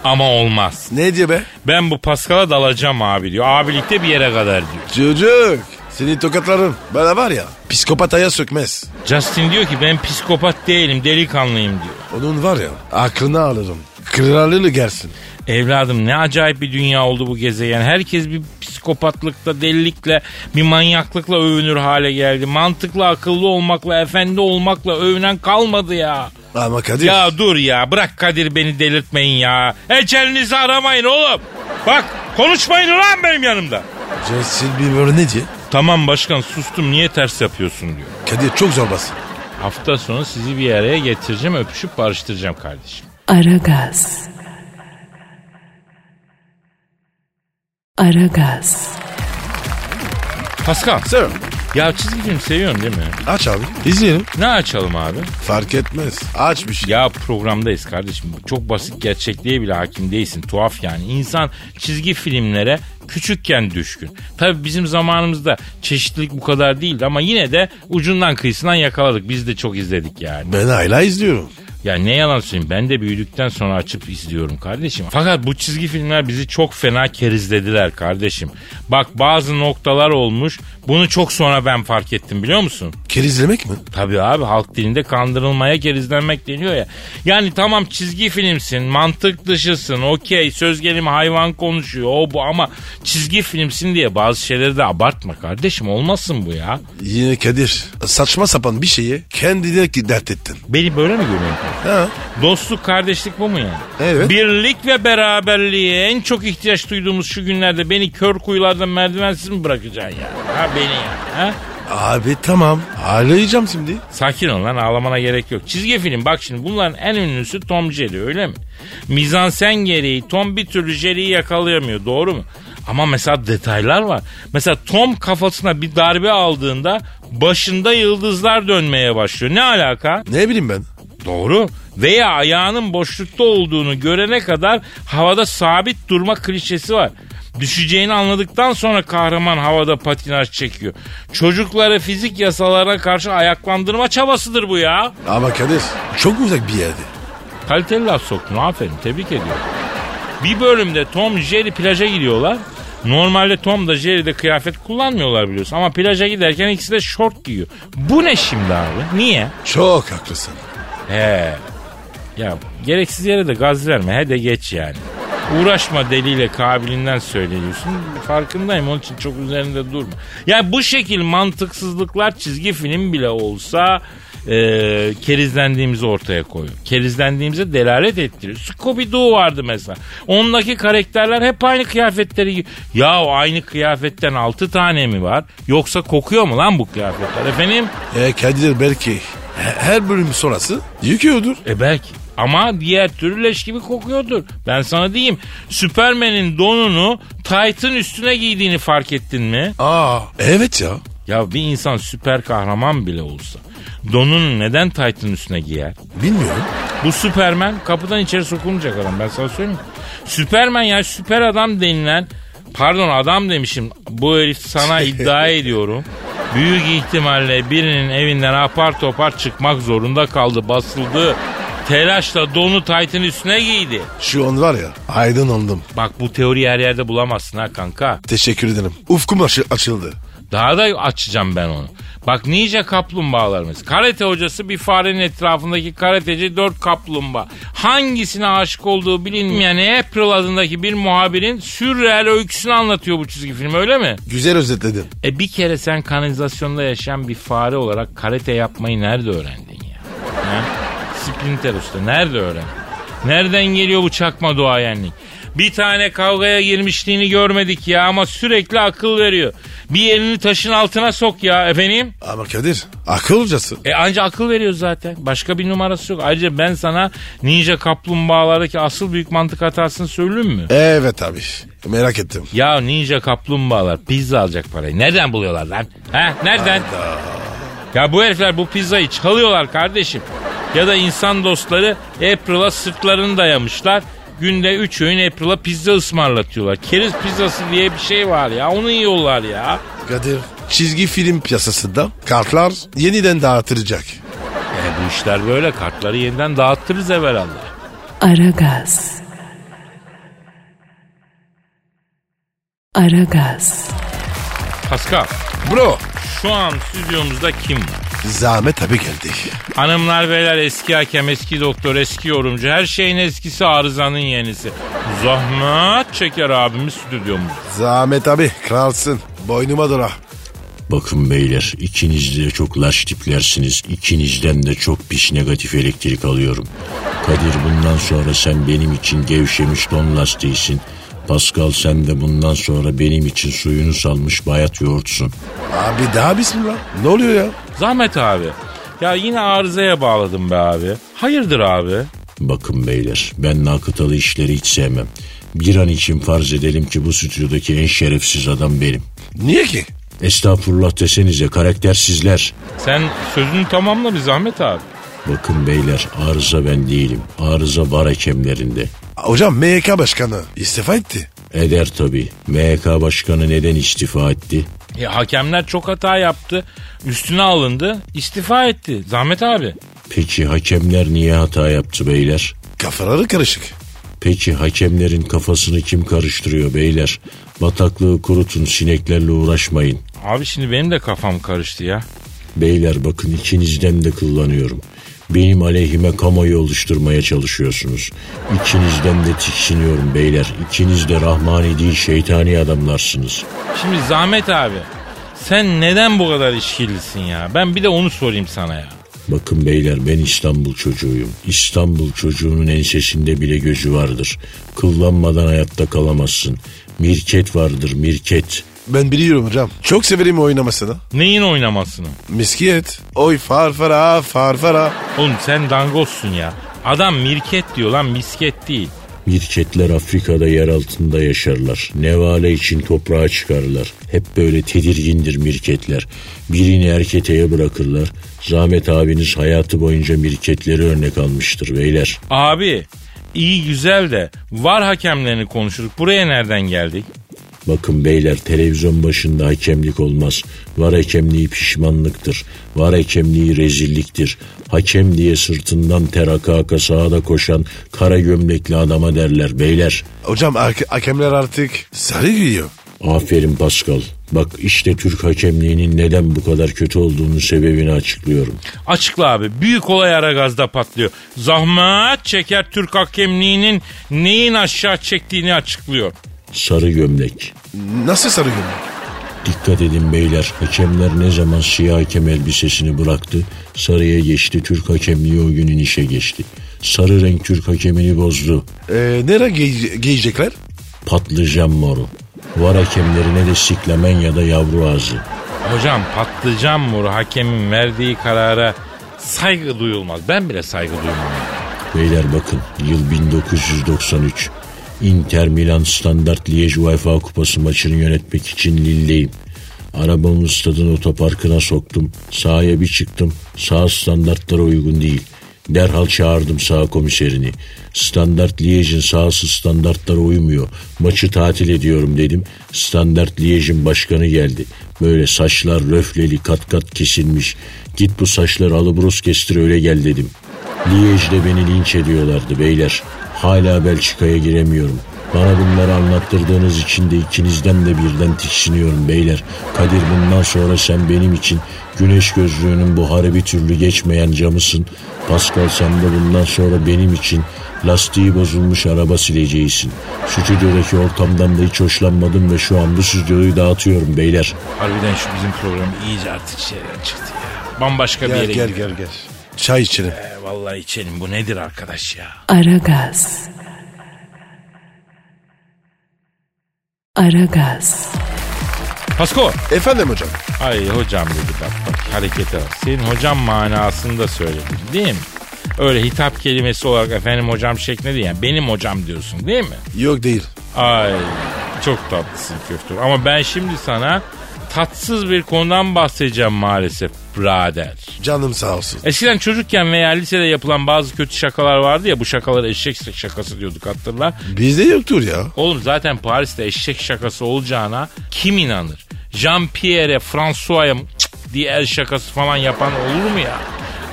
Speaker 2: Ama olmaz.
Speaker 3: Ne diyor be?
Speaker 2: Ben bu Pascal'a dalacağım abi diyor. Abilikte bir yere kadar diyor.
Speaker 3: Çocuk. Seni tokatlarım. Bana var ya psikopataya sökmez.
Speaker 2: Justin diyor ki ben psikopat değilim delikanlıyım diyor.
Speaker 3: Onun var ya aklını alırım. Kralı gelsin.
Speaker 2: Evladım ne acayip bir dünya oldu bu gezegen. Herkes bir psikopatlıkla, delilikle, bir manyaklıkla övünür hale geldi. Mantıklı, akıllı olmakla, efendi olmakla övünen kalmadı ya.
Speaker 3: Ama Kadir.
Speaker 2: Ya dur ya bırak Kadir beni delirtmeyin ya. Ecelinizi aramayın oğlum. Bak konuşmayın lan benim yanımda.
Speaker 3: Justin Bieber ne diye?
Speaker 2: Tamam başkan sustum niye ters yapıyorsun diyor.
Speaker 3: Kadir çok zorbası.
Speaker 2: Hafta sonu sizi bir araya getireceğim, öpüşüp barıştıracağım kardeşim.
Speaker 1: Aragaz. Aragaz.
Speaker 2: Pascal,
Speaker 3: Sir.
Speaker 2: ya çizgi film seviyorsun değil mi?
Speaker 3: Aç abi. İzleyelim.
Speaker 2: Ne açalım abi?
Speaker 3: Fark etmez. Aç bir şey.
Speaker 2: Ya programdayız kardeşim. Çok basit gerçekliğe bile hakim değilsin. Tuhaf yani. İnsan çizgi filmlere küçükken düşkün. Tabii bizim zamanımızda çeşitlilik bu kadar değildi ama yine de ucundan kıyısından yakaladık. Biz de çok izledik yani.
Speaker 3: Ben hala izliyorum.
Speaker 2: Ya ne yalan söyleyeyim ben de büyüdükten sonra açıp izliyorum kardeşim. Fakat bu çizgi filmler bizi çok fena kerizlediler kardeşim. Bak bazı noktalar olmuş bunu çok sonra ben fark ettim biliyor musun?
Speaker 3: Kere izlemek mi?
Speaker 2: Tabii abi halk dilinde kandırılmaya kerizlenmek deniyor ya. Yani tamam çizgi filmsin, mantık dışısın, okey söz gelimi hayvan konuşuyor o bu ama çizgi filmsin diye bazı şeyleri de abartma kardeşim olmasın bu ya.
Speaker 3: Yine Kadir. Saçma sapan bir şeyi kendine ki dert ettin.
Speaker 2: Beni böyle mi görüyorsun?
Speaker 3: Ha.
Speaker 2: Dostluk, kardeşlik bu mu yani?
Speaker 3: Evet.
Speaker 2: Birlik ve beraberliğe en çok ihtiyaç duyduğumuz şu günlerde beni kör kuyulardan merdivensiz mi bırakacaksın ya? Ha beni ya? Ha?
Speaker 3: Abi tamam. Ağlayacağım şimdi.
Speaker 2: Sakin ol lan ağlamana gerek yok. Çizgi film bak şimdi bunların en ünlüsü Tom Jerry öyle mi? Mizansen gereği Tom bir türlü Jerry'yi yakalayamıyor doğru mu? Ama mesela detaylar var. Mesela Tom kafasına bir darbe aldığında başında yıldızlar dönmeye başlıyor. Ne alaka?
Speaker 3: Ne bileyim ben.
Speaker 2: Doğru. Veya ayağının boşlukta olduğunu görene kadar havada sabit durma klişesi var. Düşeceğini anladıktan sonra kahraman havada patinaj çekiyor. Çocukları fizik yasalarına karşı ayaklandırma çabasıdır bu ya.
Speaker 3: Ama Kadir çok uzak bir yerde.
Speaker 2: Kaliteli laf soktun aferin tebrik ediyorum. Bir bölümde Tom Jerry plaja gidiyorlar. Normalde Tom da Jerry de kıyafet kullanmıyorlar biliyorsun. Ama plaja giderken ikisi de şort giyiyor. Bu ne şimdi abi? Niye?
Speaker 3: Çok haklısın.
Speaker 2: He. Ya gereksiz yere de gaz verme. He de geç yani. Uğraşma deliyle kabilinden söylüyorsun. Farkındayım onun için çok üzerinde durma. Ya bu şekil mantıksızlıklar çizgi film bile olsa e, kerizlendiğimizi ortaya koyuyor. Kerizlendiğimize delalet ettiriyor. Scooby-Doo vardı mesela. Ondaki karakterler hep aynı kıyafetleri giy- Ya aynı kıyafetten 6 tane mi var? Yoksa kokuyor mu lan bu kıyafetler efendim?
Speaker 3: E Kadir belki he- her bölüm sonrası yıkıyordur.
Speaker 2: E belki. Ama diğer türlü leş gibi kokuyordur. Ben sana diyeyim. Süpermen'in donunu Titan üstüne giydiğini fark ettin mi?
Speaker 3: Aa evet ya.
Speaker 2: Ya bir insan süper kahraman bile olsa donunu neden Titan üstüne giyer?
Speaker 3: Bilmiyorum.
Speaker 2: Bu Süpermen kapıdan içeri sokulmayacak adam ben sana söyleyeyim. Süpermen ya süper adam denilen pardon adam demişim bu herif sana iddia ediyorum. Büyük ihtimalle birinin evinden apar topar çıkmak zorunda kaldı basıldı. Telaşla donu taytın üstüne giydi.
Speaker 3: Şu an var ya aydın oldum.
Speaker 2: Bak bu teoriyi her yerde bulamazsın ha kanka.
Speaker 3: Teşekkür ederim. Ufkum aşı- açıldı.
Speaker 2: Daha da açacağım ben onu. Bak nice kaplumbağalarımız. Karate hocası bir farenin etrafındaki karateci dört kaplumbağa. Hangisine aşık olduğu bilinmeyen April adındaki bir muhabirin sürreel öyküsünü anlatıyor bu çizgi film öyle mi?
Speaker 3: Güzel özetledin.
Speaker 2: E bir kere sen kanalizasyonda yaşayan bir fare olarak karate yapmayı nerede öğrendin ya? Ha? Splinter Usta nerede öğrendin? Nereden geliyor bu çakma duayenlik? Bir tane kavgaya girmişliğini görmedik ya ama sürekli akıl veriyor. Bir elini taşın altına sok ya efendim.
Speaker 3: Ama Kadir akıl hocası.
Speaker 2: E anca akıl veriyor zaten. Başka bir numarası yok. Ayrıca ben sana Ninja Kaplumbağalardaki asıl büyük mantık hatasını söyleyeyim mi?
Speaker 3: Evet abi merak ettim.
Speaker 2: Ya ninja kaplumbağalar pizza alacak parayı. Nereden buluyorlar lan? Ha? Nereden? Ya bu herifler bu pizzayı çalıyorlar kardeşim. Ya da insan dostları April'a sırtlarını dayamışlar. Günde 3 öğün April'a pizza ısmarlatıyorlar. Keriz pizzası diye bir şey var ya. Onu yiyorlar ya.
Speaker 3: Kadir çizgi film piyasasında kartlar yeniden dağıtılacak.
Speaker 2: E bu işler böyle. Kartları yeniden dağıttırız evvelallah.
Speaker 1: Aragaz. Aragaz.
Speaker 2: Pascal
Speaker 3: Bro
Speaker 2: şu an stüdyomuzda kim var?
Speaker 3: zahmet abi geldi.
Speaker 2: Hanımlar beyler eski hakem, eski doktor, eski yorumcu. Her şeyin eskisi arızanın yenisi. Zahmet çeker abimiz stüdyomuz.
Speaker 3: Zahmet abi kralsın. Boynuma dura.
Speaker 4: Bakın beyler ikiniz de çok laş tiplersiniz. İkinizden de çok pis negatif elektrik alıyorum. Kadir bundan sonra sen benim için gevşemiş don lastiğisin. Pascal sen de bundan sonra benim için suyunu salmış bayat yoğurtsun.
Speaker 3: Abi daha bismillah. Ne oluyor ya?
Speaker 2: Zahmet abi. Ya yine arızaya bağladım be abi. Hayırdır abi?
Speaker 4: Bakın beyler ben nakıtalı işleri hiç sevmem. Bir an için farz edelim ki bu stüdyodaki en şerefsiz adam benim.
Speaker 3: Niye ki?
Speaker 4: Estağfurullah desenize karaktersizler.
Speaker 2: Sen sözünü tamamla bir Zahmet abi.
Speaker 4: Bakın beyler arıza ben değilim. Arıza var hakemlerinde.
Speaker 3: Hocam MYK başkanı istifa etti.
Speaker 4: Eder tabii. MHK başkanı neden istifa etti?
Speaker 2: E, hakemler çok hata yaptı. Üstüne alındı. istifa etti. Zahmet abi.
Speaker 4: Peki hakemler niye hata yaptı beyler?
Speaker 3: Kafaları karışık.
Speaker 4: Peki hakemlerin kafasını kim karıştırıyor beyler? Bataklığı kurutun sineklerle uğraşmayın.
Speaker 2: Abi şimdi benim de kafam karıştı ya.
Speaker 4: Beyler bakın ikinizden de kullanıyorum. Benim aleyhime kamuoyu oluşturmaya çalışıyorsunuz. İkinizden de tiksiniyorum beyler. İkiniz de rahmani değil şeytani adamlarsınız.
Speaker 2: Şimdi Zahmet abi. Sen neden bu kadar işkillisin ya? Ben bir de onu sorayım sana ya.
Speaker 4: Bakın beyler ben İstanbul çocuğuyum. İstanbul çocuğunun ensesinde bile gözü vardır. Kıllanmadan hayatta kalamazsın. Mirket vardır mirket.
Speaker 3: Ben biliyorum hocam. Çok severim oynamasını.
Speaker 2: Neyin oynamasını?
Speaker 3: Miskiyet. Oy farfara farfara.
Speaker 2: Oğlum sen dangozsun ya. Adam mirket diyor lan misket değil.
Speaker 4: Mirketler Afrika'da yer altında yaşarlar. Nevale için toprağa çıkarlar. Hep böyle tedirgindir mirketler. Birini erketeye bırakırlar. Zahmet abiniz hayatı boyunca mirketleri örnek almıştır beyler.
Speaker 2: Abi iyi güzel de var hakemlerini konuşuruk. Buraya nereden geldik?
Speaker 4: Bakın beyler televizyon başında hakemlik olmaz. Var hakemliği pişmanlıktır. Var hakemliği rezilliktir. Hakem diye sırtından ter aka aka sahada koşan kara gömlekli adama derler beyler.
Speaker 3: Hocam hake- hakemler artık sarı giyiyor.
Speaker 4: Aferin Pascal. Bak işte Türk hakemliğinin neden bu kadar kötü olduğunu sebebini açıklıyorum.
Speaker 2: Açıkla abi büyük olay ara gazda patlıyor. Zahmet çeker Türk hakemliğinin neyin aşağı çektiğini açıklıyor.
Speaker 4: Sarı gömlek.
Speaker 3: Nasıl sarı giyiyor?
Speaker 4: Dikkat edin beyler. Hakemler ne zaman siyah hakem elbisesini bıraktı, sarıya geçti. Türk hakemliği o günün işe geçti. Sarı renk Türk hakemini bozdu.
Speaker 3: Ee, nereye giy- giyecekler?
Speaker 4: Patlıcan moru. Var hakemlerine de siklemen ya da yavru ağzı.
Speaker 2: Hocam patlıcan moru hakemin verdiği karara saygı duyulmaz. Ben bile saygı duymam.
Speaker 4: Beyler bakın yıl 1993. Inter Milan Standart Liège UEFA Kupası maçını yönetmek için Lille'deyim. Arabamı stadın otoparkına soktum. Sahaya bir çıktım. Sağ standartlara uygun değil. Derhal çağırdım sağ komiserini. Standart Liège'in sahası standartlara uymuyor. Maçı tatil ediyorum dedim. Standart Liège'in başkanı geldi. Böyle saçlar röfleli kat kat kesilmiş. Git bu saçları alıbrus kestir öyle gel dedim. Liège'de beni linç ediyorlardı beyler. Hala Belçika'ya giremiyorum. Bana bunları anlattırdığınız için de ikinizden de birden tiksiniyorum beyler. Kadir bundan sonra sen benim için güneş gözlüğünün buharı bir türlü geçmeyen camısın. Pascal sen de bundan sonra benim için lastiği bozulmuş araba sileceğisin. Stüdyodaki ortamdan da hiç hoşlanmadım ve şu an bu stüdyoyu dağıtıyorum beyler.
Speaker 2: Harbiden şu bizim program iyice artık şeyden çıktı ya. Bambaşka bir
Speaker 3: Gel
Speaker 2: yere
Speaker 3: gel
Speaker 2: gidiyor.
Speaker 3: gel gel. Çay içelim.
Speaker 2: E, vallahi içelim bu nedir arkadaş ya?
Speaker 1: Aragaz. Aragaz.
Speaker 2: Pasko.
Speaker 3: Efendim hocam.
Speaker 2: Ay hocam dedi bak bak harekete bak. Senin hocam manasında söyledin değil mi? Öyle hitap kelimesi olarak efendim hocam şeklinde değil yani benim hocam diyorsun değil mi?
Speaker 3: Yok değil.
Speaker 2: Ay çok tatlısın köftür. Ama ben şimdi sana tatsız bir konudan bahsedeceğim maalesef brader.
Speaker 3: Canım sağ olsun.
Speaker 2: Eskiden çocukken veya lisede yapılan bazı kötü şakalar vardı ya bu şakalara eşek şakası diyorduk hatırla.
Speaker 3: Bizde yoktur ya.
Speaker 2: Oğlum zaten Paris'te eşek şakası olacağına kim inanır? Jean-Pierre, François'a cık diye el şakası falan yapan olur mu ya?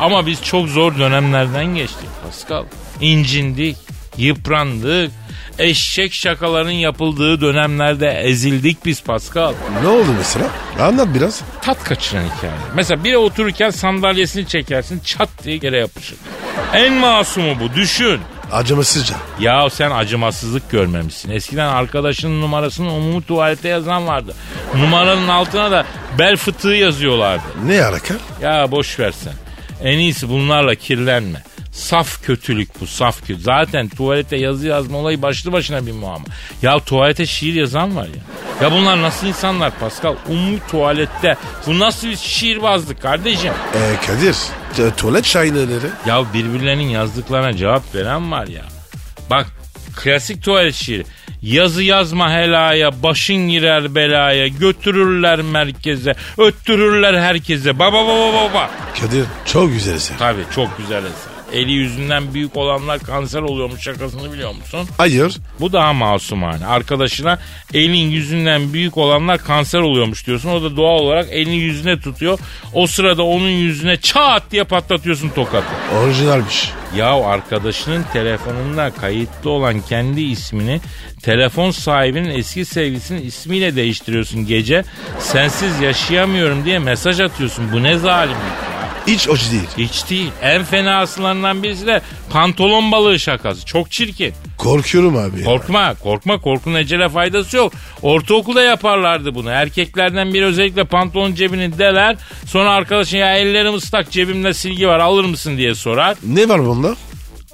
Speaker 2: Ama biz çok zor dönemlerden geçtik Pascal. İncindik, yıprandık. Eşek şakaların yapıldığı dönemlerde ezildik biz Pascal.
Speaker 3: Ne oldu mesela? Anlat biraz.
Speaker 2: Tat kaçıran hikaye. Mesela biri otururken sandalyesini çekersin çat diye yere yapışır. En masumu bu düşün.
Speaker 3: Acımasızca.
Speaker 2: Ya sen acımasızlık görmemişsin. Eskiden arkadaşının numarasını umumi tuvalete yazan vardı. Numaranın altına da bel fıtığı yazıyorlardı.
Speaker 3: Ne alaka?
Speaker 2: Ya boş versen. En iyisi bunlarla kirlenme. Saf kötülük bu saf kötü. Zaten tuvalete yazı yazma olayı başlı başına bir muamma. Ya tuvalete şiir yazan var ya. Ya bunlar nasıl insanlar Pascal? Umumi tuvalette. Bu nasıl bir şiirbazlık kardeşim?
Speaker 3: Ee, Kadir. t- Tuvalet şahineleri.
Speaker 2: Ya birbirlerinin yazdıklarına cevap veren var ya. Bak klasik tuvalet şiiri. Yazı yazma helaya, başın girer belaya, götürürler merkeze, öttürürler herkese. Baba baba baba.
Speaker 3: Kadir çok güzel eser.
Speaker 2: Tabii çok güzel eser. Eli yüzünden büyük olanlar kanser oluyormuş şakasını biliyor musun?
Speaker 3: Hayır.
Speaker 2: Bu daha masumane. Arkadaşına elin yüzünden büyük olanlar kanser oluyormuş diyorsun. O da doğal olarak elini yüzüne tutuyor. O sırada onun yüzüne çat diye patlatıyorsun tokatı.
Speaker 3: Orijinalmiş.
Speaker 2: Ya arkadaşının telefonunda kayıtlı olan kendi ismini telefon sahibinin eski sevgilisinin ismiyle değiştiriyorsun gece. Sensiz yaşayamıyorum diye mesaj atıyorsun. Bu ne zalimlik ya.
Speaker 3: Hiç hoş değil.
Speaker 2: Hiç değil. En fena asılandan birisi de pantolon balığı şakası. Çok çirkin.
Speaker 3: Korkuyorum abi.
Speaker 2: Korkma korkma korkunun ecele faydası yok. Ortaokulda yaparlardı bunu. Erkeklerden biri özellikle pantolon cebini deler. Sonra arkadaşın ya ellerim ıslak cebimde silgi var alır mısın diye sorar.
Speaker 3: ne var bunda?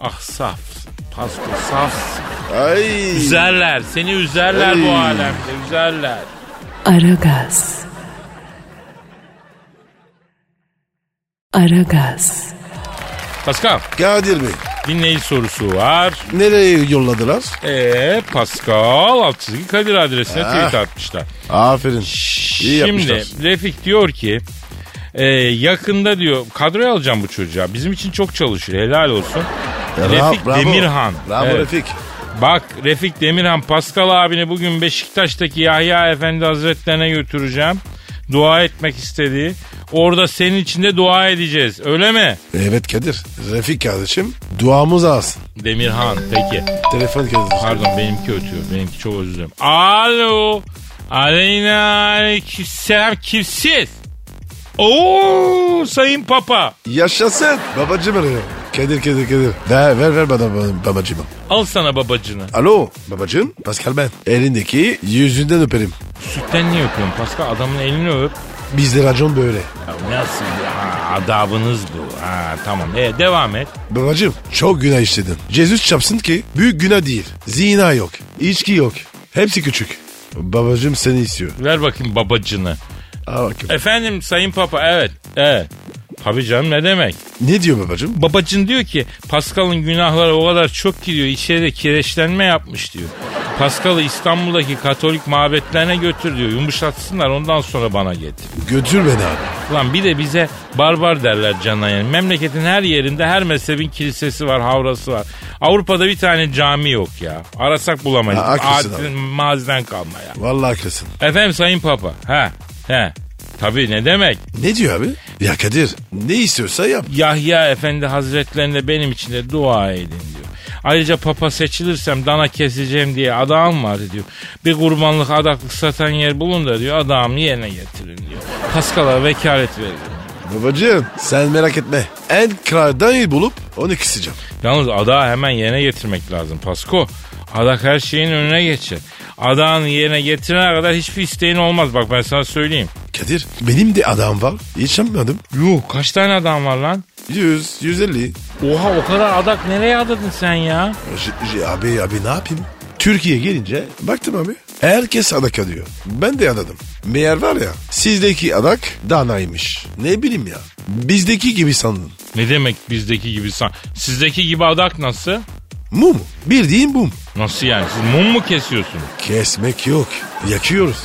Speaker 2: Ah safsın. Pasko safsın.
Speaker 3: Ay.
Speaker 2: Üzerler. Seni üzerler bu
Speaker 3: Ay.
Speaker 2: alemde. Üzerler.
Speaker 1: Aragaz. Aragaz.
Speaker 2: Pascal
Speaker 3: Kadir Bey
Speaker 2: dinleyici sorusu var.
Speaker 3: nereye yolladılar?
Speaker 2: Eee Pascal alt çizgi Kadir adresine tweet atmışlar.
Speaker 3: Aferin. İyi
Speaker 2: Şimdi
Speaker 3: yapmışlar.
Speaker 2: Refik diyor ki e, yakında diyor kadroya alacağım bu çocuğa. Bizim için çok çalışıyor helal olsun.
Speaker 3: Bra-
Speaker 2: Refik
Speaker 3: bravo.
Speaker 2: Demirhan.
Speaker 3: Bravo
Speaker 2: Evet.
Speaker 3: Refik.
Speaker 2: Bak Refik Demirhan Pascal abini bugün Beşiktaş'taki Yahya Efendi Hazretlerine götüreceğim. Dua etmek istediği. Orada senin için de dua edeceğiz. Öyle mi?
Speaker 3: Evet Kadir. Refik kardeşim duamız alsın.
Speaker 2: Demirhan peki.
Speaker 3: Telefon Kadir.
Speaker 2: Pardon benimki ötüyor. Benimki çok özür dilerim. Alo. Aleyna aleykümselam kimsiz? Oo sayın papa.
Speaker 3: Yaşasın. Babacım arıyor. Kadir Kadir Kadir. Ver ver ver bana bana- babacığım.
Speaker 2: Al sana babacını.
Speaker 3: Alo babacığım. Pascal ben. Elindeki yüzünden öperim.
Speaker 2: Sütten niye öpüyorsun Pascal? Adamın elini öp.
Speaker 3: Bizde racon böyle.
Speaker 2: Ya nasıl ya? Adabınız bu. Ha tamam. E, devam et.
Speaker 3: Babacım çok günah işledin. Jesus çapsın ki büyük günah değil. Zina yok. içki yok. Hepsi küçük. Babacım seni istiyor.
Speaker 2: Ver bakayım babacını.
Speaker 3: Aa, bakayım.
Speaker 2: Efendim sayın papa evet. Evet. Tabii canım ne demek?
Speaker 3: Ne diyor babacım?
Speaker 2: Babacın diyor ki Pascal'ın günahları o kadar çok ki diyor içeride kireçlenme yapmış diyor. Pascal'ı İstanbul'daki Katolik mabetlerine götür diyor. Yumuşatsınlar ondan sonra bana getir.
Speaker 3: Götür beni abi.
Speaker 2: Lan bir de bize barbar derler canına yani. Memleketin her yerinde her mezhebin kilisesi var, havrası var. Avrupa'da bir tane cami yok ya. Arasak bulamayız.
Speaker 3: Ha, haklısın
Speaker 2: Adil- maziden kalma ya.
Speaker 3: Vallahi haklısın.
Speaker 2: Efendim Sayın Papa. Ha, he. Tabii ne demek?
Speaker 3: Ne diyor abi? Ya Kadir ne istiyorsa yap.
Speaker 2: Yahya Efendi Hazretlerine benim için de dua edin diyor. Ayrıca papa seçilirsem dana keseceğim diye adam var diyor. Bir kurbanlık adaklık satan yer bulun da diyor adamı yerine getirin diyor. Paskal'a vekalet verin.
Speaker 3: Babacım sen merak etme. En kraldan bulup onu keseceğim.
Speaker 2: Yalnız adağı hemen yerine getirmek lazım Pasko. Adak her şeyin önüne geçer. Adağını yerine getirene kadar hiçbir isteğin olmaz bak ben sana söyleyeyim.
Speaker 3: Kadir benim de adam var. Hiç yapmadım.
Speaker 2: Yuh kaç tane adam var lan?
Speaker 3: 100, 150.
Speaker 2: Oha o kadar adak nereye adadın sen ya?
Speaker 3: J- j- abi abi ne yapayım? Türkiye gelince baktım abi. Herkes adak alıyor. Ben de adadım. Meğer var ya sizdeki adak danaymış. Ne bileyim ya. Bizdeki gibi sandım.
Speaker 2: Ne demek bizdeki gibi san? Sizdeki gibi adak nasıl?
Speaker 3: Mum. Bildiğin mum.
Speaker 2: Nasıl yani? Siz mum mu kesiyorsunuz?
Speaker 3: Kesmek yok. Yakıyoruz.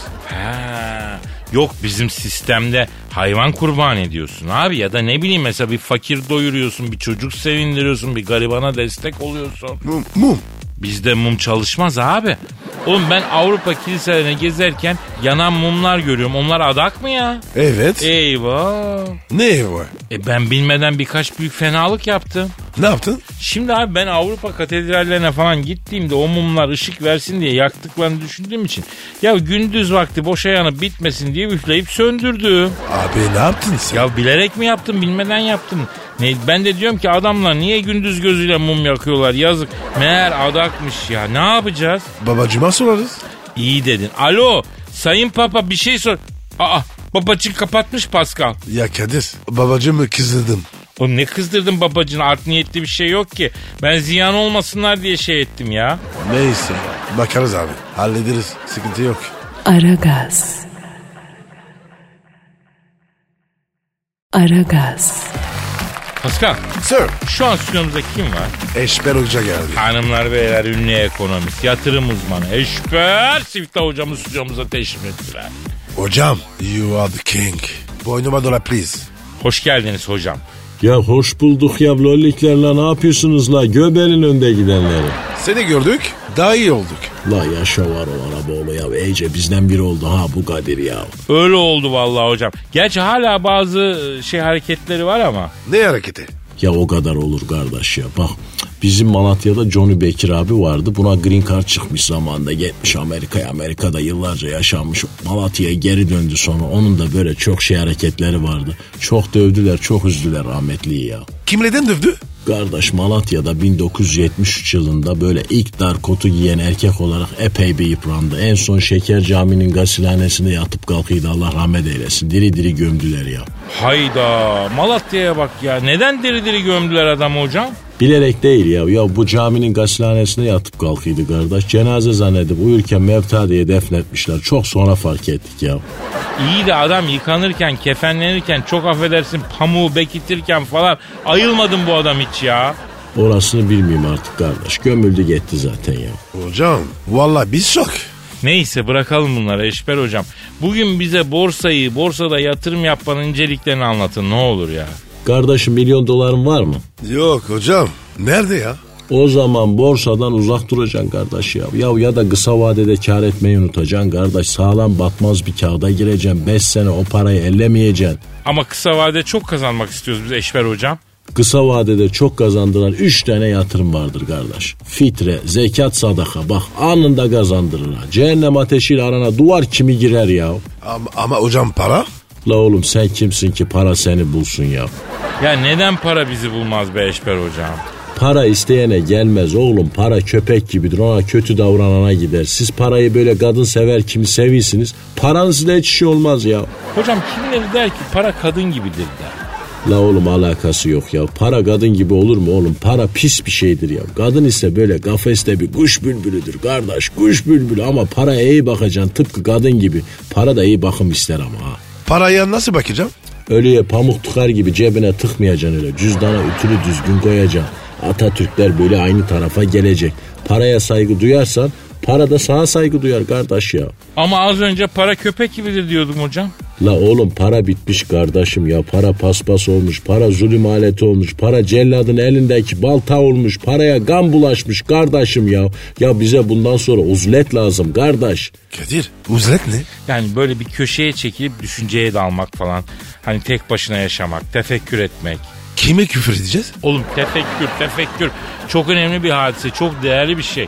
Speaker 2: Ha. Yok bizim sistemde hayvan kurban ediyorsun abi ya da ne bileyim mesela bir fakir doyuruyorsun, bir çocuk sevindiriyorsun, bir garibana destek oluyorsun.
Speaker 3: Mum. mum.
Speaker 2: Bizde mum çalışmaz abi. Oğlum ben Avrupa kiliselerine gezerken yanan mumlar görüyorum. Onlar adak mı ya?
Speaker 3: Evet.
Speaker 2: E- Eyvah.
Speaker 3: ne var?
Speaker 2: E ben bilmeden birkaç büyük fenalık yaptım.
Speaker 3: Ne yaptın?
Speaker 2: Şimdi abi ben Avrupa katedrallerine falan gittiğimde o mumlar ışık versin diye yaktıklarını düşündüğüm için ya gündüz vakti boşa yanıp bitmesin diye üfleyip söndürdüm.
Speaker 3: Abi ne yaptın sen?
Speaker 2: Ya bilerek mi yaptım bilmeden yaptım. Ne, ben de diyorum ki adamlar niye gündüz gözüyle mum yakıyorlar yazık. Meğer adakmış ya ne yapacağız?
Speaker 3: Babacıma sorarız.
Speaker 2: İyi dedin. Alo sayın papa bir şey sor. Aa babacık kapatmış Pascal.
Speaker 3: Ya Kadir babacımı kızdırdım.
Speaker 2: Oğlum ne kızdırdın babacın art niyetli bir şey yok ki. Ben ziyan olmasınlar diye şey ettim ya.
Speaker 3: Neyse bakarız abi. Hallederiz. Sıkıntı yok.
Speaker 1: Aragaz. Aragaz.
Speaker 2: Pascal
Speaker 3: Sir.
Speaker 2: şu an stüdyomuzda kim var?
Speaker 3: Eşber Hoca geldi.
Speaker 2: Hanımlar beyler ünlü ekonomist, yatırım uzmanı, eşber Siftah hocamız stüdyomuza teşrif ettiler.
Speaker 3: Hocam you are the king. Boynuma dola please.
Speaker 2: Hoş geldiniz hocam.
Speaker 4: Ya hoş bulduk ya lolliklerle ne yapıyorsunuz la göbelin önde gidenleri.
Speaker 3: Seni gördük daha iyi olduk.
Speaker 4: La yaşa var o Araboğlu ya iyice bizden biri oldu ha bu Kadir ya.
Speaker 2: Öyle oldu vallahi hocam. Gerçi hala bazı e, şey hareketleri var ama.
Speaker 3: Ne hareketi?
Speaker 4: Ya o kadar olur kardeş ya. Bak bizim Malatya'da Johnny Bekir abi vardı. Buna green card çıkmış zamanında. Gitmiş Amerika'ya. Amerika'da yıllarca yaşanmış. Malatya'ya geri döndü sonra. Onun da böyle çok şey hareketleri vardı. Çok dövdüler, çok üzdüler rahmetliyi ya.
Speaker 3: Kim neden dövdü?
Speaker 4: Kardeş Malatya'da 1973 yılında böyle ilk dar kotu giyen erkek olarak epey bir yıprandı. En son Şeker Camii'nin gasilhanesinde yatıp kalkıydı Allah rahmet eylesin. Diri diri gömdüler ya.
Speaker 2: Hayda Malatya'ya bak ya. Neden diri diri gömdüler adamı hocam?
Speaker 4: Bilerek değil ya. Ya bu caminin gasilhanesine yatıp kalkıydı kardeş. Cenaze zannedip uyurken mevta diye defnetmişler. Çok sonra fark ettik ya.
Speaker 2: İyi de adam yıkanırken, kefenlenirken, çok affedersin pamuğu bekitirken falan ayılmadım bu adam hiç ya.
Speaker 4: Orasını bilmiyorum artık kardeş. Gömüldü gitti zaten ya.
Speaker 3: Hocam valla biz şok.
Speaker 2: Neyse bırakalım bunları Eşber hocam. Bugün bize borsayı, borsada yatırım yapmanın inceliklerini anlatın ne olur ya.
Speaker 4: Kardeşim milyon doların var mı?
Speaker 3: Yok hocam. Nerede ya?
Speaker 4: O zaman borsadan uzak duracaksın kardeş ya. Ya ya da kısa vadede kar etmeyi unutacaksın kardeş. Sağlam batmaz bir kağıda gireceksin. 5 sene o parayı ellemeyeceksin.
Speaker 2: Ama kısa vadede çok kazanmak istiyoruz biz Eşber hocam.
Speaker 4: Kısa vadede çok kazandıran 3 tane yatırım vardır kardeş. Fitre, zekat, sadaka bak anında kazandırır ha. Cehennem ateşiyle arana duvar kimi girer ya?
Speaker 3: Ama, ama hocam para?
Speaker 4: La oğlum sen kimsin ki para seni bulsun ya?
Speaker 2: Ya neden para bizi bulmaz be Eşber hocam?
Speaker 4: Para isteyene gelmez oğlum. Para köpek gibidir. Ona kötü davranana gider. Siz parayı böyle kadın sever kimi seviyorsunuz. Paranız ile hiç şey olmaz ya.
Speaker 2: Hocam kimleri der ki para kadın gibidir der.
Speaker 4: La oğlum alakası yok ya. Para kadın gibi olur mu oğlum? Para pis bir şeydir ya. Kadın ise böyle kafeste bir kuş bülbülüdür kardeş. Kuş bülbülü ama paraya iyi bakacaksın tıpkı kadın gibi. Para da iyi bakım ister ama ha.
Speaker 3: Paraya nasıl bakacağım?
Speaker 4: Ölüye pamuk tıkar gibi cebine tıkmayacaksın öyle. Cüzdana ütülü düzgün koyacaksın. Atatürkler böyle aynı tarafa gelecek. Paraya saygı duyarsan para da sana saygı duyar kardeş ya.
Speaker 2: Ama az önce para köpek gibidir diyordum hocam.
Speaker 4: La oğlum para bitmiş kardeşim ya. Para paspas olmuş, para zulüm aleti olmuş, para celladın elindeki balta olmuş, paraya gam bulaşmış kardeşim ya. Ya bize bundan sonra uzlet lazım kardeş.
Speaker 3: Kadir uzret ne?
Speaker 2: Yani böyle bir köşeye çekilip düşünceye dalmak falan. Hani tek başına yaşamak, tefekkür etmek.
Speaker 3: Kime küfür edeceğiz?
Speaker 2: Oğlum tefekkür, tefekkür. Çok önemli bir hadise, çok değerli bir şey.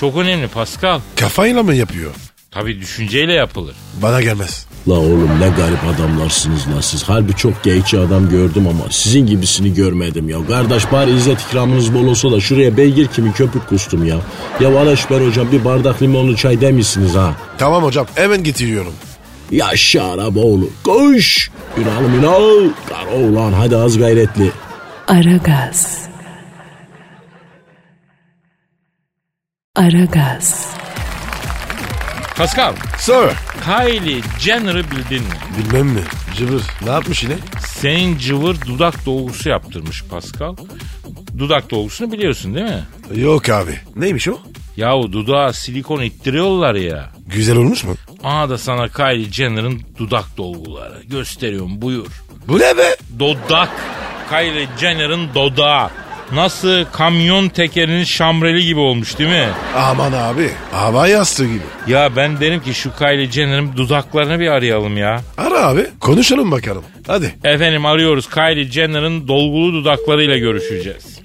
Speaker 2: Çok önemli Pascal.
Speaker 3: Kafayla mı yapıyor?
Speaker 2: Tabii düşünceyle yapılır.
Speaker 3: Bana gelmez.
Speaker 4: La oğlum ne garip adamlarsınız la siz. Harbi çok geyikçi adam gördüm ama sizin gibisini görmedim ya. Kardeş bari izzet ikramınız bol olsa da şuraya beygir kimi köpük kustum ya. Ya Alaşber hocam bir bardak limonlu çay demişsiniz ha.
Speaker 3: Tamam hocam hemen getiriyorum.
Speaker 4: Ya şarap oğlu koş. Ünal Ünal. Kara ulan hadi az gayretli.
Speaker 1: Aragaz. Aragaz.
Speaker 2: Pascal,
Speaker 3: Sir.
Speaker 2: Kylie Jenner'ı bildin mi?
Speaker 3: Bilmem mi? Cıbır. Ne yapmış yine?
Speaker 2: Senin cıvır dudak dolgusu yaptırmış Pascal. Dudak dolgusunu biliyorsun değil mi?
Speaker 3: Yok abi. Neymiş o?
Speaker 2: Yahu dudağa silikon ittiriyorlar ya.
Speaker 3: Güzel olmuş mu?
Speaker 2: Aha da sana Kylie Jenner'ın dudak dolguları. Gösteriyorum buyur.
Speaker 3: Bu ne be?
Speaker 2: Dodak. Kylie Jenner'ın dodağı. Nasıl kamyon tekerinin şamreli gibi olmuş değil mi?
Speaker 3: Aman abi. Hava yastığı gibi.
Speaker 2: Ya ben derim ki şu Kylie Jenner'ın dudaklarını bir arayalım ya.
Speaker 3: Ara abi. Konuşalım bakalım. Hadi.
Speaker 2: Efendim arıyoruz Kylie Jenner'ın dolgulu dudaklarıyla görüşeceğiz.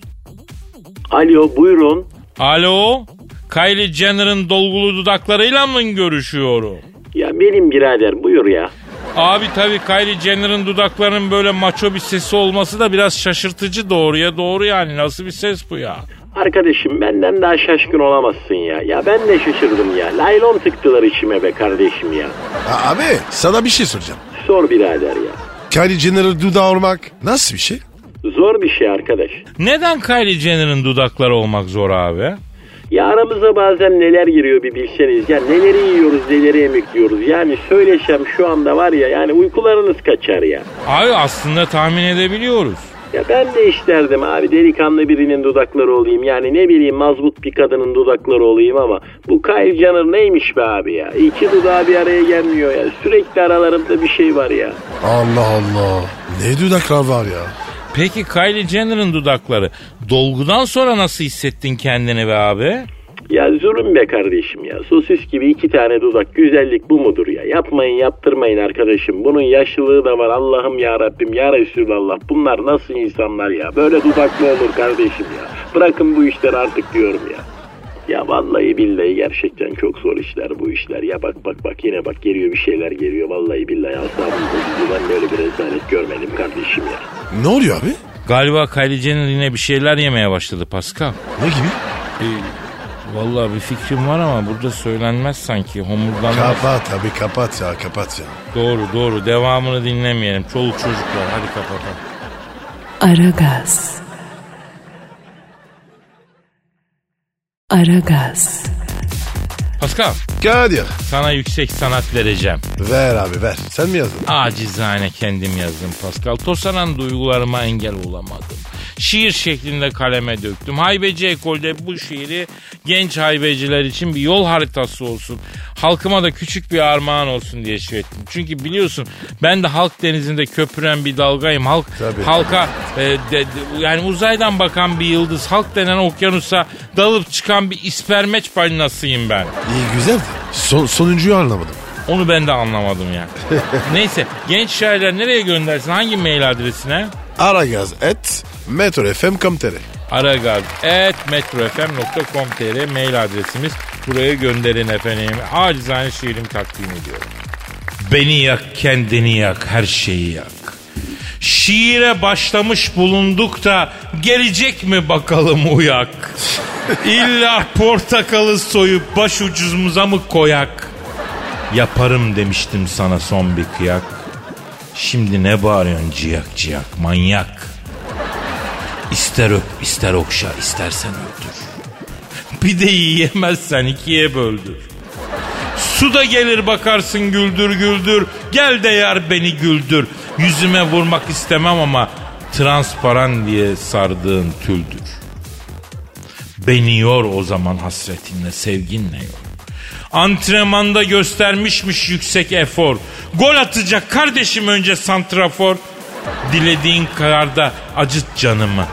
Speaker 5: Alo buyurun.
Speaker 2: Alo? Kylie Jenner'ın dolgulu dudaklarıyla mı görüşüyorum?
Speaker 5: Ya benim birader buyur ya.
Speaker 2: Abi tabii Kylie Jenner'ın dudaklarının böyle maço bir sesi olması da biraz şaşırtıcı doğruya doğru yani. Nasıl bir ses bu ya?
Speaker 5: Arkadaşım benden daha şaşkın olamazsın ya. Ya ben de şaşırdım ya. Laylon tıktılar içime be kardeşim ya.
Speaker 3: A- abi sana bir şey soracağım.
Speaker 5: Sor birader ya.
Speaker 3: Kylie Jenner'ı dudağı olmak nasıl bir şey?
Speaker 5: Zor bir şey arkadaş.
Speaker 2: Neden Kylie Jenner'ın dudakları olmak zor abi?
Speaker 5: Ya aramıza bazen neler giriyor bir bilseniz. Ya neleri yiyoruz neleri emikliyoruz. Yani söyleşem şu anda var ya yani uykularınız kaçar ya.
Speaker 2: Abi aslında tahmin edebiliyoruz.
Speaker 5: Ya ben de isterdim abi delikanlı birinin dudakları olayım. Yani ne bileyim mazbut bir kadının dudakları olayım ama bu Kyle Jenner neymiş be abi ya. İki dudağı bir araya gelmiyor ya. Sürekli aralarında bir şey var ya.
Speaker 3: Allah Allah. Ne dudaklar var ya?
Speaker 2: Peki Kylie Jenner'ın dudakları dolgudan sonra nasıl hissettin kendini be abi?
Speaker 5: Ya zulüm be kardeşim ya. Sosis gibi iki tane dudak güzellik bu mudur ya? Yapmayın yaptırmayın arkadaşım. Bunun yaşlılığı da var Allah'ım ya Rabbim ya Resulallah. Bunlar nasıl insanlar ya? Böyle dudaklı olur kardeşim ya. Bırakın bu işleri artık diyorum ya. Ya vallahi billahi gerçekten çok zor işler bu işler. Ya bak bak bak yine bak geliyor bir şeyler geliyor. Vallahi billahi asabım bozuldu. Ben böyle bir rezalet görmedim kardeşim ya.
Speaker 3: Ne oluyor abi?
Speaker 2: Galiba Kylie Jenner yine bir şeyler yemeye başladı Pascal.
Speaker 3: Ne gibi?
Speaker 2: Vallahi bir fikrim var ama burada söylenmez sanki. Homurdanmaz.
Speaker 3: Kapat abi kapat ya kapat ya.
Speaker 2: Doğru doğru devamını dinlemeyelim. Çoluk çocuklar hadi kapatalım.
Speaker 1: Aragaz. Aragaz,
Speaker 2: Pascal
Speaker 3: Kadir.
Speaker 2: sana yüksek sanat vereceğim.
Speaker 3: Ver abi ver. Sen mi yazdın?
Speaker 2: Acizane kendim yazdım Pascal. Tosanan duygularıma engel olamadım. Şiir şeklinde kaleme döktüm. Haybeci ekolde bu şiiri genç haybeciler için bir yol haritası olsun. Halkıma da küçük bir armağan olsun diye şey ettim. Çünkü biliyorsun ben de halk denizinde köpüren bir dalgayım. Halk
Speaker 3: Tabii.
Speaker 2: halka e, de- de- yani uzaydan bakan bir yıldız, halk denen okyanusa dalıp çıkan bir ispermeç balinasıyım ben.
Speaker 3: İyi güzel de. Son, sonuncuyu anlamadım.
Speaker 2: Onu ben de anlamadım ya. Neyse genç şairler nereye göndersin? Hangi mail adresine?
Speaker 3: Aragaz et metrofm.com.tr
Speaker 2: aragaz.metrofm.com.tr mail adresimiz. Buraya gönderin efendim. Acizane şiirimi takdim ediyorum. Beni yak, kendini yak, her şeyi yak. Şiire başlamış bulunduk da gelecek mi bakalım uyak? İlla portakalı soyup baş ucuzumuza mı koyak? Yaparım demiştim sana son bir kıyak. Şimdi ne bağırıyorsun ciyak ciyak manyak? İster öp, ister okşa, istersen öldür. Pideyi yemezsen ikiye böldür. Su da gelir bakarsın güldür güldür. Gel de yar beni güldür. Yüzüme vurmak istemem ama transparan diye sardığın tüldür. Beni yor o zaman hasretinle, sevginle yor. Antrenmanda göstermişmiş yüksek efor. Gol atacak kardeşim önce santrafor. Dilediğin kadar da acıt canımı.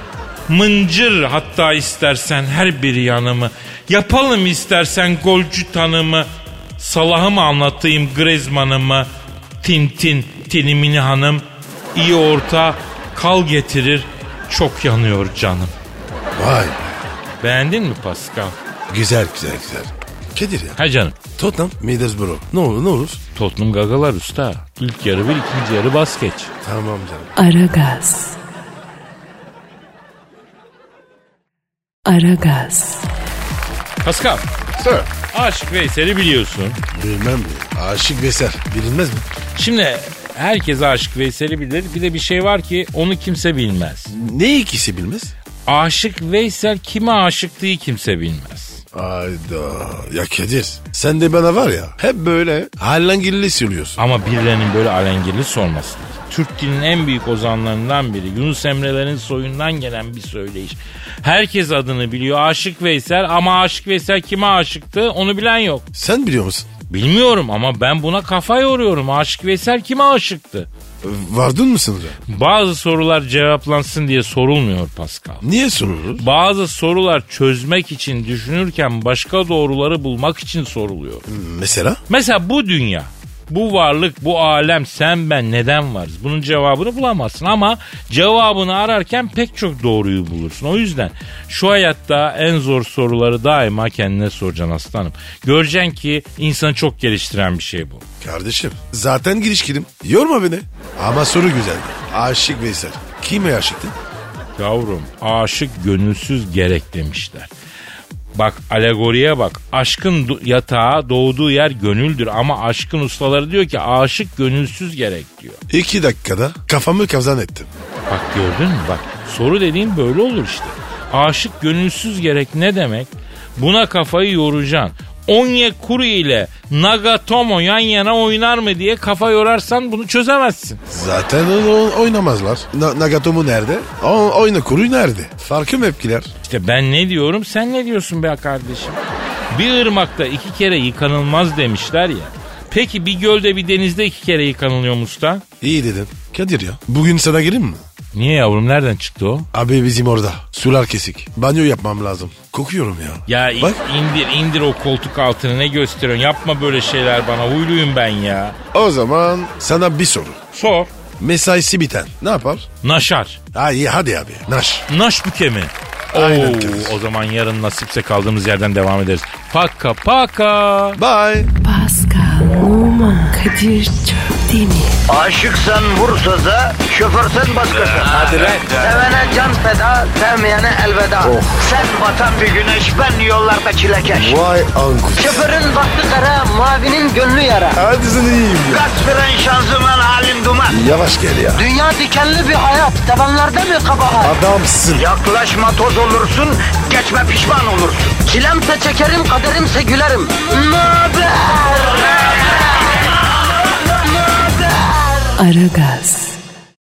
Speaker 2: Mıncır hatta istersen her bir yanımı. Yapalım istersen golcü tanımı. Salah'ımı anlatayım Griezmann'ımı. Tin tin tinimini hanım. İyi orta kal getirir. Çok yanıyor canım.
Speaker 3: Vay be.
Speaker 2: Beğendin mi Pascal?
Speaker 3: Güzel güzel güzel. Kedir ya.
Speaker 2: Ha canım.
Speaker 3: Tottenham Middlesbrough. Ne olur ne olur?
Speaker 2: Tottenham gagalar usta. İlk yarı bir, ikinci yarı bas geç.
Speaker 3: Tamam canım.
Speaker 1: Aragaz. Aragaz,
Speaker 2: Pascal,
Speaker 3: Sir.
Speaker 2: Aşık Veysel'i biliyorsun.
Speaker 3: Bilmem mi? Aşık Veser. Bilinmez mi?
Speaker 2: Şimdi herkes Aşık Veysel'i bilir. Bir de bir şey var ki onu kimse bilmez.
Speaker 3: Ne ikisi bilmez?
Speaker 2: Aşık Veysel kime aşıktığı kimse bilmez.
Speaker 3: Ayda. Ya Kedir. Sen de bana var ya. Hep böyle hallengilli sürüyorsun.
Speaker 2: Ama birilerinin böyle alengirli sorması. lazım. Türk dilinin en büyük ozanlarından biri. Yunus Emre'lerin soyundan gelen bir söyleyiş. Herkes adını biliyor. Aşık Veysel ama Aşık Veysel kime aşıktı onu bilen yok.
Speaker 3: Sen biliyor musun?
Speaker 2: Bilmiyorum ama ben buna kafa yoruyorum. Aşık Veysel kime aşıktı?
Speaker 3: Vardın mı sınıra?
Speaker 2: Bazı sorular cevaplansın diye sorulmuyor Pascal.
Speaker 3: Niye sorulur?
Speaker 2: Bazı sorular çözmek için düşünürken başka doğruları bulmak için soruluyor.
Speaker 3: Mesela?
Speaker 2: Mesela bu dünya, bu varlık, bu alem, sen ben neden varız? Bunun cevabını bulamazsın ama cevabını ararken pek çok doğruyu bulursun. O yüzden şu hayatta en zor soruları daima kendine soracaksın aslanım. Göreceksin ki insanı çok geliştiren bir şey bu.
Speaker 3: Kardeşim zaten girişkinim. Yorma beni. Ama soru güzeldi. Aşık Veysel. Kime aşıktın?
Speaker 2: Yavrum aşık gönülsüz gerek demişler. Bak alegoriye bak. Aşkın du- yatağı doğduğu yer gönüldür ama aşkın ustaları diyor ki aşık gönülsüz gerek diyor.
Speaker 3: İki dakikada kafamı kazan ettim.
Speaker 2: Bak gördün mü bak soru dediğim böyle olur işte. Aşık gönülsüz gerek ne demek? Buna kafayı yoracaksın. Onyekuru ile Nagatomo yan yana oynar mı diye kafa yorarsan bunu çözemezsin.
Speaker 3: Zaten onu oynamazlar. Na- Nagatomo nerede? O- oyna kuru nerede? Farkım hepkiler.
Speaker 2: İşte ben ne diyorum sen ne diyorsun be kardeşim? Bir ırmakta iki kere yıkanılmaz demişler ya. Peki bir gölde bir denizde iki kere yıkanılıyor usta.
Speaker 3: İyi dedin. Kadir ya. Bugün sana gireyim mi?
Speaker 2: Niye yavrum nereden çıktı o?
Speaker 3: Abi bizim orada. Sular kesik. Banyo yapmam lazım. Kokuyorum ya.
Speaker 2: Ya i-
Speaker 3: Bak
Speaker 2: indir indir o koltuk altını ne gösteriyorsun yapma böyle şeyler bana huyluyum ben ya.
Speaker 3: o zaman sana bir soru.
Speaker 2: Sor.
Speaker 3: Mesaisi biten ne yapar?
Speaker 2: Naşar.
Speaker 3: Ha iyi hadi abi. Naş.
Speaker 2: Naş bükemi.
Speaker 3: Aynen
Speaker 2: Oo,
Speaker 3: kardeşim.
Speaker 2: o zaman yarın nasipse kaldığımız yerden devam ederiz. Paka paka.
Speaker 3: Bye.
Speaker 1: Pascal, Oman, Kadir çok değil mi?
Speaker 6: Aşıksan vursa da, şoförsen başkasın. Hadi
Speaker 3: lan.
Speaker 6: Sevene can feda, sevmeyene elveda. Sen batan bir güneş, ben yollarda çilekeş.
Speaker 3: Vay anku.
Speaker 6: Şoförün baktı kara, mavinin gönlü yara.
Speaker 3: Hadi sen iyiyim ya.
Speaker 6: Kasperen şanzıman halin duman.
Speaker 3: Yavaş gel ya.
Speaker 6: Dünya dikenli bir hayat, sevenlerde mi kabahar?
Speaker 3: Adamsın.
Speaker 6: Yaklaşma toz olursun, geçme pişman olursun. Çilemse çekerim, kaderimse gülerim. Möber!
Speaker 1: Aragaz.